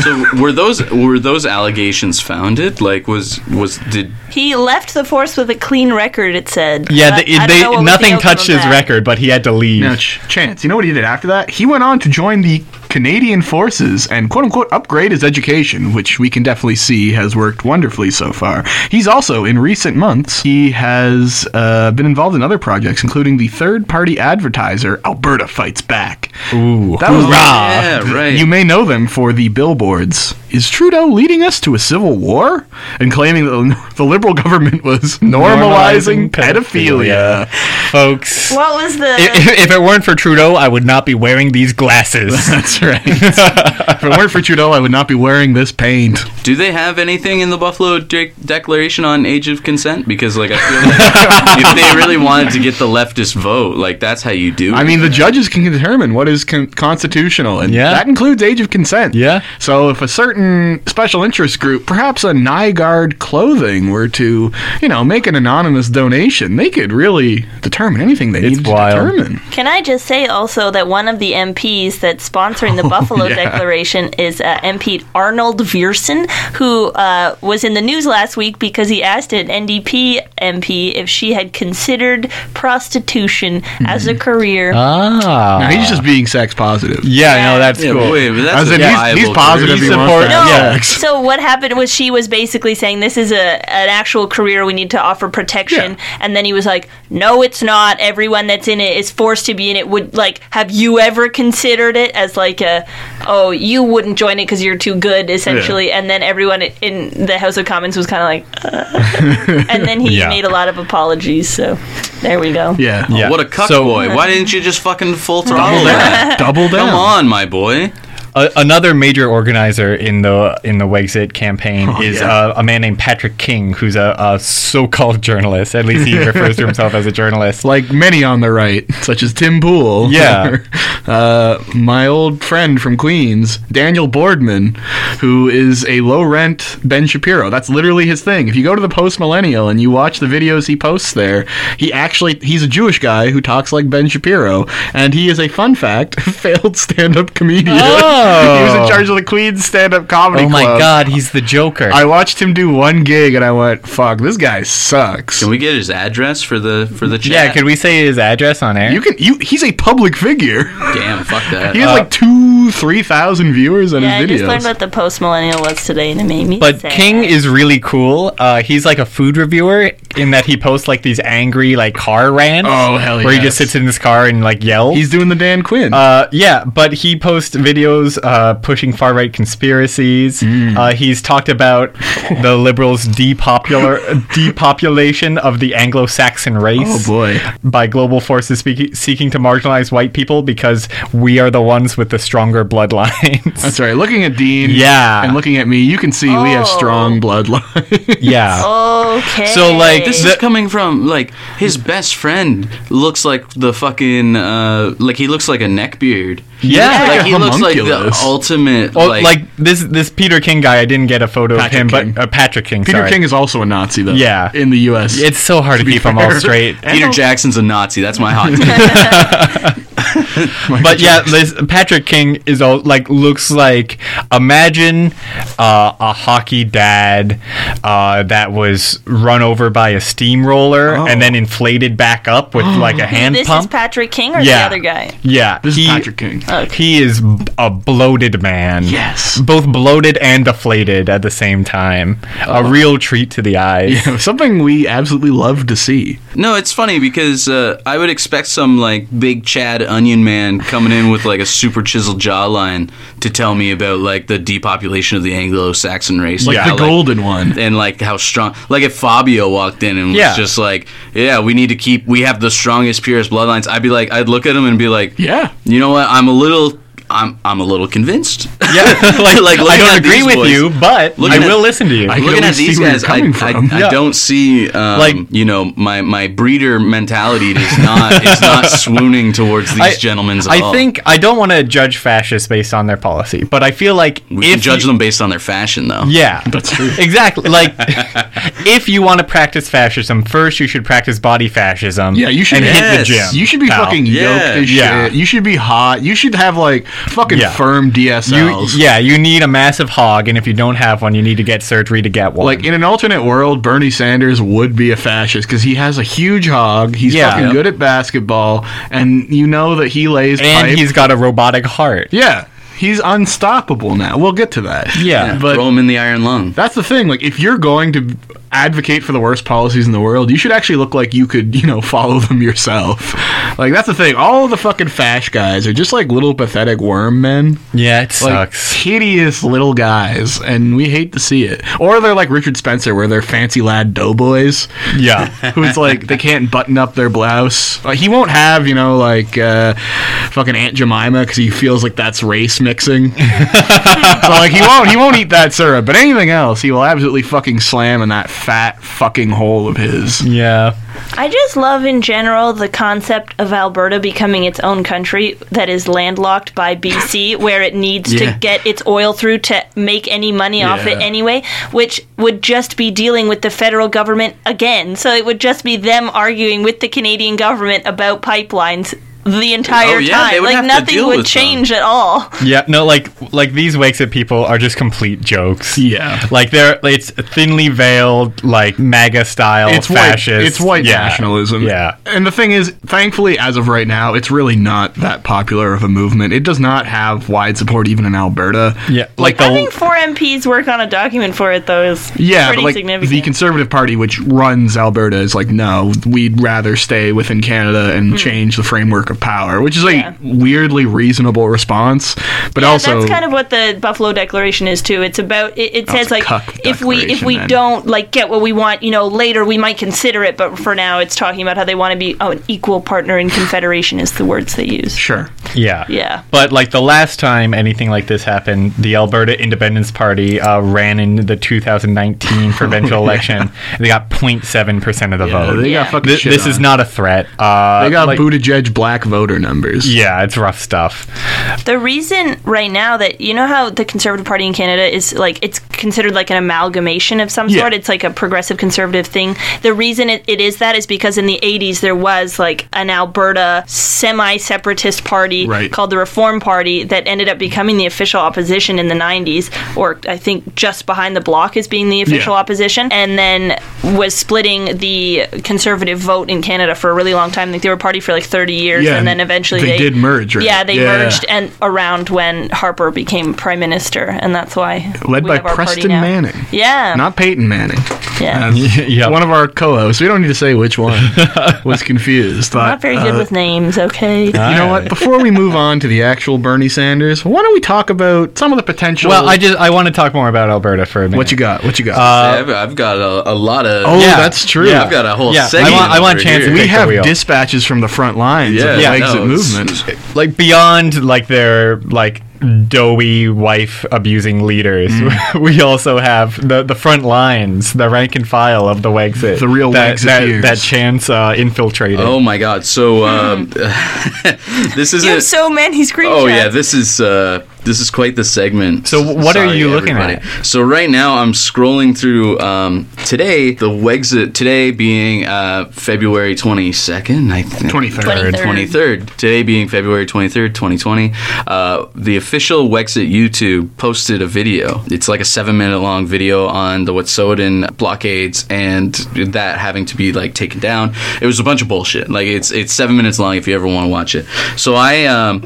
[SPEAKER 4] so were those were those allegations founded? Like was was did
[SPEAKER 3] He left the force with a clean record. It said.
[SPEAKER 1] Yeah,
[SPEAKER 3] But
[SPEAKER 1] they,
[SPEAKER 3] I don't
[SPEAKER 1] they
[SPEAKER 3] know what was the
[SPEAKER 1] nothing
[SPEAKER 3] outcome
[SPEAKER 1] touched
[SPEAKER 3] of
[SPEAKER 1] his
[SPEAKER 3] that.
[SPEAKER 1] record, but he had to leave.
[SPEAKER 2] Now, Ch- Chance, you know what he did after that? He went on to join the Canadian Forces and, quote unquote, upgrade his education, which we can definitely see has worked wonderfully so far. He's also, in recent months, he has uh, been involved in other projects, including the third party advertiser Alberta Fights Back.
[SPEAKER 1] Ooh,
[SPEAKER 2] That was-
[SPEAKER 1] hoorah!
[SPEAKER 4] yeah right?
[SPEAKER 2] You may know them for the billboards. Is Trudeau leading us to a civil war? And claiming that the Liberal government was normalizing,
[SPEAKER 1] Normalizing
[SPEAKER 2] pedophilia.
[SPEAKER 1] folks.
[SPEAKER 3] What was the?
[SPEAKER 1] I- If, if it weren't for Trudeau, I would not be wearing these glasses.
[SPEAKER 2] That's right. if it weren't for Trudeau, I would not be wearing this paint.
[SPEAKER 4] Do they have anything in the Buffalo de- Declaration on age of consent? Because like I feel like if they really wanted to get the leftist vote, like that's how you do.
[SPEAKER 2] I
[SPEAKER 4] it.
[SPEAKER 2] mean, the judges can determine what is con- constitutional, and
[SPEAKER 1] Yeah.
[SPEAKER 2] that includes age of consent.
[SPEAKER 1] Yeah.
[SPEAKER 2] So, if a certain special interest group, perhaps a Nygaard clothing, were to, you know, make an anonymous donation, they could really determine anything they needed
[SPEAKER 1] wild.
[SPEAKER 2] to determine.
[SPEAKER 3] Can I just say also that one of the MPs that's sponsoring the Buffalo
[SPEAKER 2] yeah.
[SPEAKER 3] Declaration is uh, MP Arnold Viersen, who uh, was in the news last week because he asked an NDP MP if she had considered prostitution as a career.
[SPEAKER 1] ah,
[SPEAKER 2] Now, he's just being sex positive.
[SPEAKER 1] yeah, no, that's
[SPEAKER 4] yeah,
[SPEAKER 1] cool.
[SPEAKER 4] but wait, but
[SPEAKER 2] As
[SPEAKER 4] that's a
[SPEAKER 2] in, he's, he's
[SPEAKER 4] viable
[SPEAKER 2] positive
[SPEAKER 1] career.
[SPEAKER 2] he wants
[SPEAKER 1] Support-
[SPEAKER 2] to
[SPEAKER 3] no.
[SPEAKER 2] have
[SPEAKER 1] yeah.
[SPEAKER 2] sex.
[SPEAKER 3] So what happened was she was basically saying this is a an actual career we need to offer protection, and then he was like, "No, it's not. Everyone that's in it is forced to be in it. Would like have you ever considered it as like a oh you wouldn't join it because you're too good essentially?" And then everyone i- in the House of Commons was kind of like, uh. and then he
[SPEAKER 1] Yeah.
[SPEAKER 3] made a lot of apologies. So there we go.
[SPEAKER 2] Yeah.
[SPEAKER 1] Yeah.
[SPEAKER 4] What a cuck
[SPEAKER 1] So-
[SPEAKER 4] boy! Why didn't you just fucking full throttle that?
[SPEAKER 2] Double down.
[SPEAKER 4] Come on, my boy.
[SPEAKER 1] A- another major organizer in the in the Wexit campaign is
[SPEAKER 2] Oh, yeah.
[SPEAKER 1] uh, a man named Patrick King, who's a, a so-called journalist. At least he refers to himself as a journalist.
[SPEAKER 2] like many on the right, such as Tim Pool.
[SPEAKER 1] Yeah.
[SPEAKER 2] uh, my old friend from Queens, Daniel Boardman, who is a low rent Ben Shapiro. That's literally his thing. If you go to the Post Millennial and you watch the videos he posts there, he actually he's a Jewish guy who talks like Ben Shapiro, and he is a fun fact failed stand up comedian.
[SPEAKER 1] Oh.
[SPEAKER 2] he was in charge of the Queens stand up comedy.
[SPEAKER 1] Oh my
[SPEAKER 2] club.
[SPEAKER 1] God, he's the Joker.
[SPEAKER 2] I watched him do one gig and I went, "Fuck, this guy sucks."
[SPEAKER 4] Can we get his address for the for the chat?
[SPEAKER 1] yeah, could we say his address on air?
[SPEAKER 2] you can you he's a public figure.
[SPEAKER 4] Damn, fuck that.
[SPEAKER 2] He has
[SPEAKER 1] Uh,
[SPEAKER 2] like two, three thousand viewers on
[SPEAKER 3] Yeah, I
[SPEAKER 2] his
[SPEAKER 3] just
[SPEAKER 2] videos.
[SPEAKER 3] learned what the post millennial was today, and it made me.
[SPEAKER 1] But
[SPEAKER 3] sad.
[SPEAKER 1] King is really cool. Uh, he's like a food reviewer in that he posts like these angry like car rants.
[SPEAKER 2] Oh, hell
[SPEAKER 1] Where he
[SPEAKER 2] yes.
[SPEAKER 1] just sits in his car and like yells.
[SPEAKER 2] He's doing the Dan Quinn.
[SPEAKER 1] uh, yeah, but he posts videos liberals, uh, pushing far right conspiracies.
[SPEAKER 2] Mm.
[SPEAKER 1] Uh, he's talked about the liberals' depopular depopulation of the Anglo-Saxon race
[SPEAKER 2] Oh boy.
[SPEAKER 1] by global forces speak- seeking to marginalize white people because we are the ones with the stronger bloodlines.
[SPEAKER 2] That's right. Looking at Dean
[SPEAKER 1] Yeah.
[SPEAKER 2] and looking at me, you can see we have
[SPEAKER 3] Oh.
[SPEAKER 2] strong bloodlines.
[SPEAKER 1] yeah.
[SPEAKER 3] Okay.
[SPEAKER 1] So, like,
[SPEAKER 4] This is
[SPEAKER 1] The-
[SPEAKER 4] coming from like his best friend looks like the fucking uh like he looks like a neckbeard.
[SPEAKER 1] Yeah.
[SPEAKER 4] like he looks like the
[SPEAKER 2] homunculus.
[SPEAKER 4] ultimate
[SPEAKER 1] Oh, like,
[SPEAKER 4] like,
[SPEAKER 1] this this Peter King guy. I didn't get a photo
[SPEAKER 2] Patrick
[SPEAKER 1] of him,
[SPEAKER 2] King.
[SPEAKER 1] but uh, Patrick King.
[SPEAKER 2] Peter
[SPEAKER 1] sorry.
[SPEAKER 2] King is also a Nazi though.
[SPEAKER 1] Yeah.
[SPEAKER 2] In the US.
[SPEAKER 1] It's so hard to,
[SPEAKER 2] be
[SPEAKER 1] keep them all
[SPEAKER 2] fair.
[SPEAKER 1] straight.
[SPEAKER 4] Peter Jackson's a Nazi. That's my hot take.
[SPEAKER 1] but yeah, this Patrick King is all like looks like imagine uh, a hockey dad uh, that was run over by a steamroller
[SPEAKER 2] Oh.
[SPEAKER 1] and then inflated back up with like a hand
[SPEAKER 3] this
[SPEAKER 1] pump.
[SPEAKER 3] is Patrick King or the
[SPEAKER 1] Yeah.
[SPEAKER 3] other guy?
[SPEAKER 1] yeah,
[SPEAKER 2] this
[SPEAKER 1] he-
[SPEAKER 2] is Patrick King.
[SPEAKER 1] He is b- a bloated man.
[SPEAKER 2] Yes.
[SPEAKER 1] Both bloated and deflated at the same time. A real treat to the eyes.
[SPEAKER 2] Yeah, something we absolutely love to see.
[SPEAKER 4] No, it's funny because uh, I would expect some like big Chad Onion man coming in with like a super chiseled jawline to tell me about like the depopulation of the Anglo-Saxon race,
[SPEAKER 2] Like
[SPEAKER 4] yeah,
[SPEAKER 2] the golden one.
[SPEAKER 4] and like how strong. Like if Fabio walked in and
[SPEAKER 1] Yeah.
[SPEAKER 4] was just like, "Yeah, we need to keep. We have the strongest, purest bloodlines." I'd be like, I'd look at him and be like,
[SPEAKER 2] Yeah.
[SPEAKER 4] you know what? I'm a little, I'm, I'm a little convinced."
[SPEAKER 1] Yeah, like,
[SPEAKER 4] Like,
[SPEAKER 1] I
[SPEAKER 4] looking
[SPEAKER 1] don't
[SPEAKER 4] at
[SPEAKER 1] agree
[SPEAKER 4] these
[SPEAKER 1] with
[SPEAKER 4] boys.
[SPEAKER 1] you, but I
[SPEAKER 4] Looking at-
[SPEAKER 1] will listen to you.
[SPEAKER 2] I-
[SPEAKER 4] Looking
[SPEAKER 2] at
[SPEAKER 4] at
[SPEAKER 2] least
[SPEAKER 4] these
[SPEAKER 2] see where
[SPEAKER 4] guys,
[SPEAKER 2] you're
[SPEAKER 4] I,
[SPEAKER 2] coming
[SPEAKER 4] I,
[SPEAKER 2] from.
[SPEAKER 4] I
[SPEAKER 1] Yeah.
[SPEAKER 4] don't see um,
[SPEAKER 1] Like-
[SPEAKER 4] you know my, my breeder mentality is not is not swooning towards these
[SPEAKER 1] I-
[SPEAKER 4] gentlemen's at
[SPEAKER 1] I
[SPEAKER 2] oh.
[SPEAKER 4] all.
[SPEAKER 1] think I don't want to judge fascists based on their policy, but I feel like
[SPEAKER 4] we
[SPEAKER 1] if
[SPEAKER 4] can judge
[SPEAKER 1] you-
[SPEAKER 4] them based on their fashion, though.
[SPEAKER 1] Yeah, that's true. Exactly. Like, if you want to practice fascism, first you should practice body fascism.
[SPEAKER 2] Yeah, you should
[SPEAKER 1] and hit the
[SPEAKER 4] Yes.
[SPEAKER 1] gym.
[SPEAKER 2] You should be
[SPEAKER 1] pal.
[SPEAKER 2] fucking
[SPEAKER 4] Yeah.
[SPEAKER 2] yoked as
[SPEAKER 1] Yeah.
[SPEAKER 2] shit. You should be hot. You should have like fucking
[SPEAKER 1] Yeah.
[SPEAKER 2] firm
[SPEAKER 1] You,
[SPEAKER 2] DSLs.
[SPEAKER 1] yeah, you need a massive hog, and if you don't have one, you need to get surgery to get one.
[SPEAKER 2] Like in an alternate world, Bernie Sanders would be a fascist because he has a huge hog. He's
[SPEAKER 1] Yeah.
[SPEAKER 2] fucking good at basketball, and you know that he lays
[SPEAKER 1] and
[SPEAKER 2] pipe.
[SPEAKER 1] he's got a robotic heart.
[SPEAKER 2] yeah, he's unstoppable now. We'll get to that.
[SPEAKER 1] Yeah.
[SPEAKER 2] but
[SPEAKER 4] Throw them in the iron lung.
[SPEAKER 2] that's the thing. Like if you're going to advocate for the worst policies in the world, you should actually look like you could, you know, follow them yourself. Like that's the thing. All the fucking fash guys are just like little pathetic worm men.
[SPEAKER 1] Yeah, it
[SPEAKER 2] like
[SPEAKER 1] sucks.
[SPEAKER 2] hideous little guys, and we hate to see it. Or they're like Richard Spencer, where they're fancy lad doughboys,
[SPEAKER 1] yeah.
[SPEAKER 2] who it's like they can't button up their blouse. Like, he won't have you know like uh, fucking Aunt Jemima because he feels like that's race mixing. so like he won't he won't eat that syrup, but anything else he will absolutely fucking slam in that fat fucking hole of his.
[SPEAKER 1] Yeah.
[SPEAKER 3] I just love in general the concept of Alberta becoming its own country that is landlocked by BC, where it needs
[SPEAKER 4] Yeah.
[SPEAKER 3] to get its oil through to make any money off it
[SPEAKER 2] Yeah.
[SPEAKER 3] anyway, which would just be dealing with the federal government again. So it would just be them arguing with the Canadian government about pipelines the entire
[SPEAKER 4] Oh, yeah, they
[SPEAKER 3] time.
[SPEAKER 4] would
[SPEAKER 3] Like
[SPEAKER 4] have to
[SPEAKER 3] nothing
[SPEAKER 4] deal
[SPEAKER 3] would
[SPEAKER 4] with them.
[SPEAKER 3] change at all.
[SPEAKER 1] Yeah, no, like like these Wakes-Up people are just complete jokes.
[SPEAKER 2] Yeah.
[SPEAKER 1] like they're it's thinly veiled, like MAGA style
[SPEAKER 2] it's
[SPEAKER 1] fascist.
[SPEAKER 2] White, it's white
[SPEAKER 1] yeah.
[SPEAKER 2] nationalism.
[SPEAKER 1] Yeah,
[SPEAKER 2] And the thing is, thankfully, as of right now, it's really not that popular of a movement. It does not have wide support even in Alberta.
[SPEAKER 1] yeah, like,
[SPEAKER 3] I
[SPEAKER 1] the
[SPEAKER 3] think four MPs work on a document for it though is
[SPEAKER 2] Yeah,
[SPEAKER 3] pretty
[SPEAKER 2] but like
[SPEAKER 3] significant.
[SPEAKER 2] the Conservative Party, which runs Alberta, is like, no, we'd rather stay within Canada and change the framework of power, which is a
[SPEAKER 3] Hmm. Yeah.
[SPEAKER 2] weirdly reasonable response. But
[SPEAKER 3] Yeah,
[SPEAKER 2] also,
[SPEAKER 3] that's kind of what the Buffalo Declaration is too. It's about it, it says
[SPEAKER 2] it's a
[SPEAKER 3] like
[SPEAKER 2] cuck
[SPEAKER 3] if we if
[SPEAKER 2] declaration
[SPEAKER 3] we
[SPEAKER 2] then.
[SPEAKER 3] don't like get what we want, you know, later we might consider it, but for now it's talking about how they want to be oh, an equal partner in confederation is the words they use.
[SPEAKER 2] sure.
[SPEAKER 1] yeah,
[SPEAKER 3] Yeah.
[SPEAKER 1] But like the last time anything like this happened, the Alberta Independence Party uh, ran in the
[SPEAKER 2] Oh,
[SPEAKER 1] 2019 provincial election. And they got 0.7 percent of the
[SPEAKER 2] Uh,
[SPEAKER 1] vote.
[SPEAKER 2] they
[SPEAKER 3] Yeah.
[SPEAKER 2] got fucking
[SPEAKER 1] Th-
[SPEAKER 2] shit
[SPEAKER 1] this is
[SPEAKER 2] on.
[SPEAKER 1] not a threat. Uh,
[SPEAKER 2] They got
[SPEAKER 1] like-
[SPEAKER 2] Buttigieg black voter numbers.
[SPEAKER 1] Yeah, it's rough stuff.
[SPEAKER 3] The reason right now that you know how the Conservative Party in Canada is like it's considered like an amalgamation of some
[SPEAKER 2] Yeah.
[SPEAKER 3] sort. It's like a progressive conservative thing. The reason it, it is that is because in the 80s there was like an Alberta semi-separatist party
[SPEAKER 2] Right.
[SPEAKER 3] called the Reform Party that ended up becoming the official opposition in the 90s or I think just behind the block as being the official
[SPEAKER 2] Yeah.
[SPEAKER 3] opposition and then was splitting the conservative vote in Canada for a really long time. Like they were a party for like 30 years
[SPEAKER 2] Yeah,
[SPEAKER 3] and then
[SPEAKER 2] and
[SPEAKER 3] eventually
[SPEAKER 2] they
[SPEAKER 3] they
[SPEAKER 2] did merge, right?
[SPEAKER 3] Yeah, they
[SPEAKER 2] Yeah.
[SPEAKER 3] merged and around when Harper became prime minister, and that's why
[SPEAKER 2] Led
[SPEAKER 3] we
[SPEAKER 2] by
[SPEAKER 3] have our party
[SPEAKER 2] Preston
[SPEAKER 3] now.
[SPEAKER 2] Manning.
[SPEAKER 3] Yeah,
[SPEAKER 2] Not Peyton Manning.
[SPEAKER 3] Yeah.
[SPEAKER 2] And
[SPEAKER 1] Yep.
[SPEAKER 2] One of our co-hosts, we don't need to say which one, was confused. Thought,
[SPEAKER 3] Not very good
[SPEAKER 2] uh,
[SPEAKER 3] with names, okay?
[SPEAKER 2] you know what? Before we move on to the actual Bernie Sanders, why don't we talk about some of the potential?
[SPEAKER 1] Well, I just I want to talk more about Alberta for a minute.
[SPEAKER 2] what you got? What you got?
[SPEAKER 4] I've, I've got a, a lot of.
[SPEAKER 2] oh,
[SPEAKER 1] Uh, yeah.
[SPEAKER 2] that's true.
[SPEAKER 1] Yeah.
[SPEAKER 4] I've got a whole
[SPEAKER 1] Yeah, I
[SPEAKER 4] segment.
[SPEAKER 1] want- I want
[SPEAKER 4] over
[SPEAKER 1] Chance to
[SPEAKER 4] here.
[SPEAKER 1] take
[SPEAKER 2] we
[SPEAKER 1] the
[SPEAKER 2] have
[SPEAKER 1] wheel.
[SPEAKER 2] dispatches from the front lines
[SPEAKER 4] Yeah,
[SPEAKER 2] of the
[SPEAKER 4] yeah,
[SPEAKER 2] exit
[SPEAKER 4] no, it's-
[SPEAKER 2] movement.
[SPEAKER 1] like beyond like their like doughy wife abusing leaders
[SPEAKER 2] Mm.
[SPEAKER 1] we also have the the front lines the rank and file of the Wexit
[SPEAKER 2] The real
[SPEAKER 1] that,
[SPEAKER 2] Wexiteers.
[SPEAKER 1] that, that chance uh, infiltrated
[SPEAKER 4] Oh my God!
[SPEAKER 1] Hmm.
[SPEAKER 4] So um, this is
[SPEAKER 3] You
[SPEAKER 4] not
[SPEAKER 3] have so many screenshots.
[SPEAKER 4] Oh yeah, this is uh, this is quite the segment.
[SPEAKER 1] So
[SPEAKER 4] S-
[SPEAKER 1] what are you looking
[SPEAKER 4] at? So right now I'm scrolling through um, today the Wexit today being uh, February 22nd, I think.
[SPEAKER 2] 23rd.
[SPEAKER 4] 23rd. Today being February 23rd, 2020, uh, the official Wexit YouTube posted a video. It's like a seven minute long video on the Wet'suwet'en blockades and that having to be like taken down. It was a bunch of bullshit. Like it's it's seven minutes long if you ever want to watch it. So I um,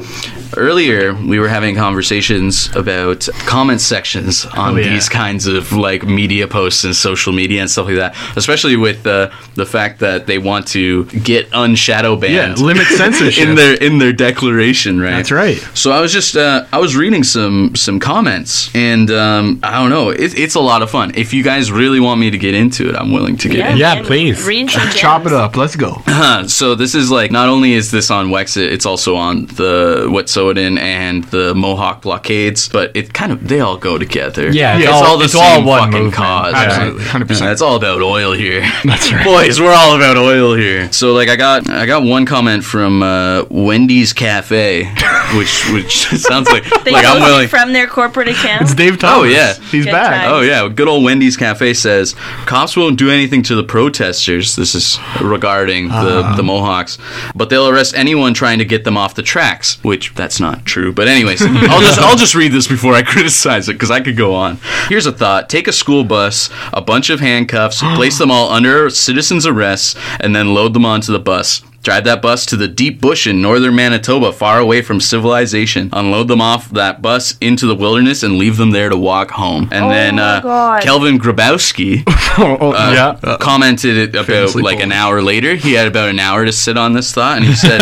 [SPEAKER 4] earlier we were having conversations about comment sections on
[SPEAKER 2] Oh, yeah.
[SPEAKER 4] these kinds of like media posts and social media and stuff like that, especially with uh, the fact that they want to get unshadow banned
[SPEAKER 2] Yeah, limit censorship.
[SPEAKER 4] in their in their declaration, right?
[SPEAKER 2] That's right.
[SPEAKER 4] So I was just uh, I was reading some some comments, and um, I don't know, it, it's a lot of fun. If you guys really want me to get into it, I'm willing to get into
[SPEAKER 1] Yeah,
[SPEAKER 3] and
[SPEAKER 1] please.
[SPEAKER 3] Read some
[SPEAKER 2] Chop
[SPEAKER 3] gems.
[SPEAKER 2] it up. Let's go.
[SPEAKER 4] uh, so this is like not only is this on Wexit, it's also on the Wet'suwet'en and the Mohawk blockades, but it kind of they all go together.
[SPEAKER 1] Yeah, it's
[SPEAKER 4] it's
[SPEAKER 1] all-
[SPEAKER 4] all the
[SPEAKER 1] it's
[SPEAKER 4] same
[SPEAKER 1] all one
[SPEAKER 4] fucking
[SPEAKER 1] movement.
[SPEAKER 4] cause.
[SPEAKER 2] Absolutely,
[SPEAKER 4] right?
[SPEAKER 2] 100%.
[SPEAKER 4] Yeah, it's all about oil here. That's right, boys. We're all about oil here. So like I got I got one comment from uh, Wendy's Cafe, which which sounds like
[SPEAKER 3] They
[SPEAKER 4] like I'm
[SPEAKER 3] posted
[SPEAKER 4] willing.
[SPEAKER 3] from their corporate account.
[SPEAKER 2] It's Dave Thomas.
[SPEAKER 4] yeah.
[SPEAKER 2] Oh, he's
[SPEAKER 3] Good
[SPEAKER 2] back.
[SPEAKER 3] times.
[SPEAKER 4] Oh yeah, good old Wendy's Cafe says cops won't do anything to the protesters. This is regarding the, the Mohawks, but they'll arrest anyone trying to get them off the tracks. Which that's not true. But anyways, I'll just I'll just read this before I criticize it because I could go on. Here's a thought: take a school bus, a bunch of handcuffs, place them all under citizens' arrest, and then load them onto the bus. Drive that bus to the deep bush in northern Manitoba, far away from civilization. Unload them off that bus into the wilderness and leave them there to walk home. And then
[SPEAKER 3] Oh my
[SPEAKER 4] uh,
[SPEAKER 3] God.
[SPEAKER 4] Kelvin Grabowski
[SPEAKER 1] Oh, oh, yeah
[SPEAKER 2] uh,
[SPEAKER 4] commented it about
[SPEAKER 2] famously
[SPEAKER 4] like
[SPEAKER 2] bold.
[SPEAKER 4] an hour later. He had about an hour to sit on this thought, and he said,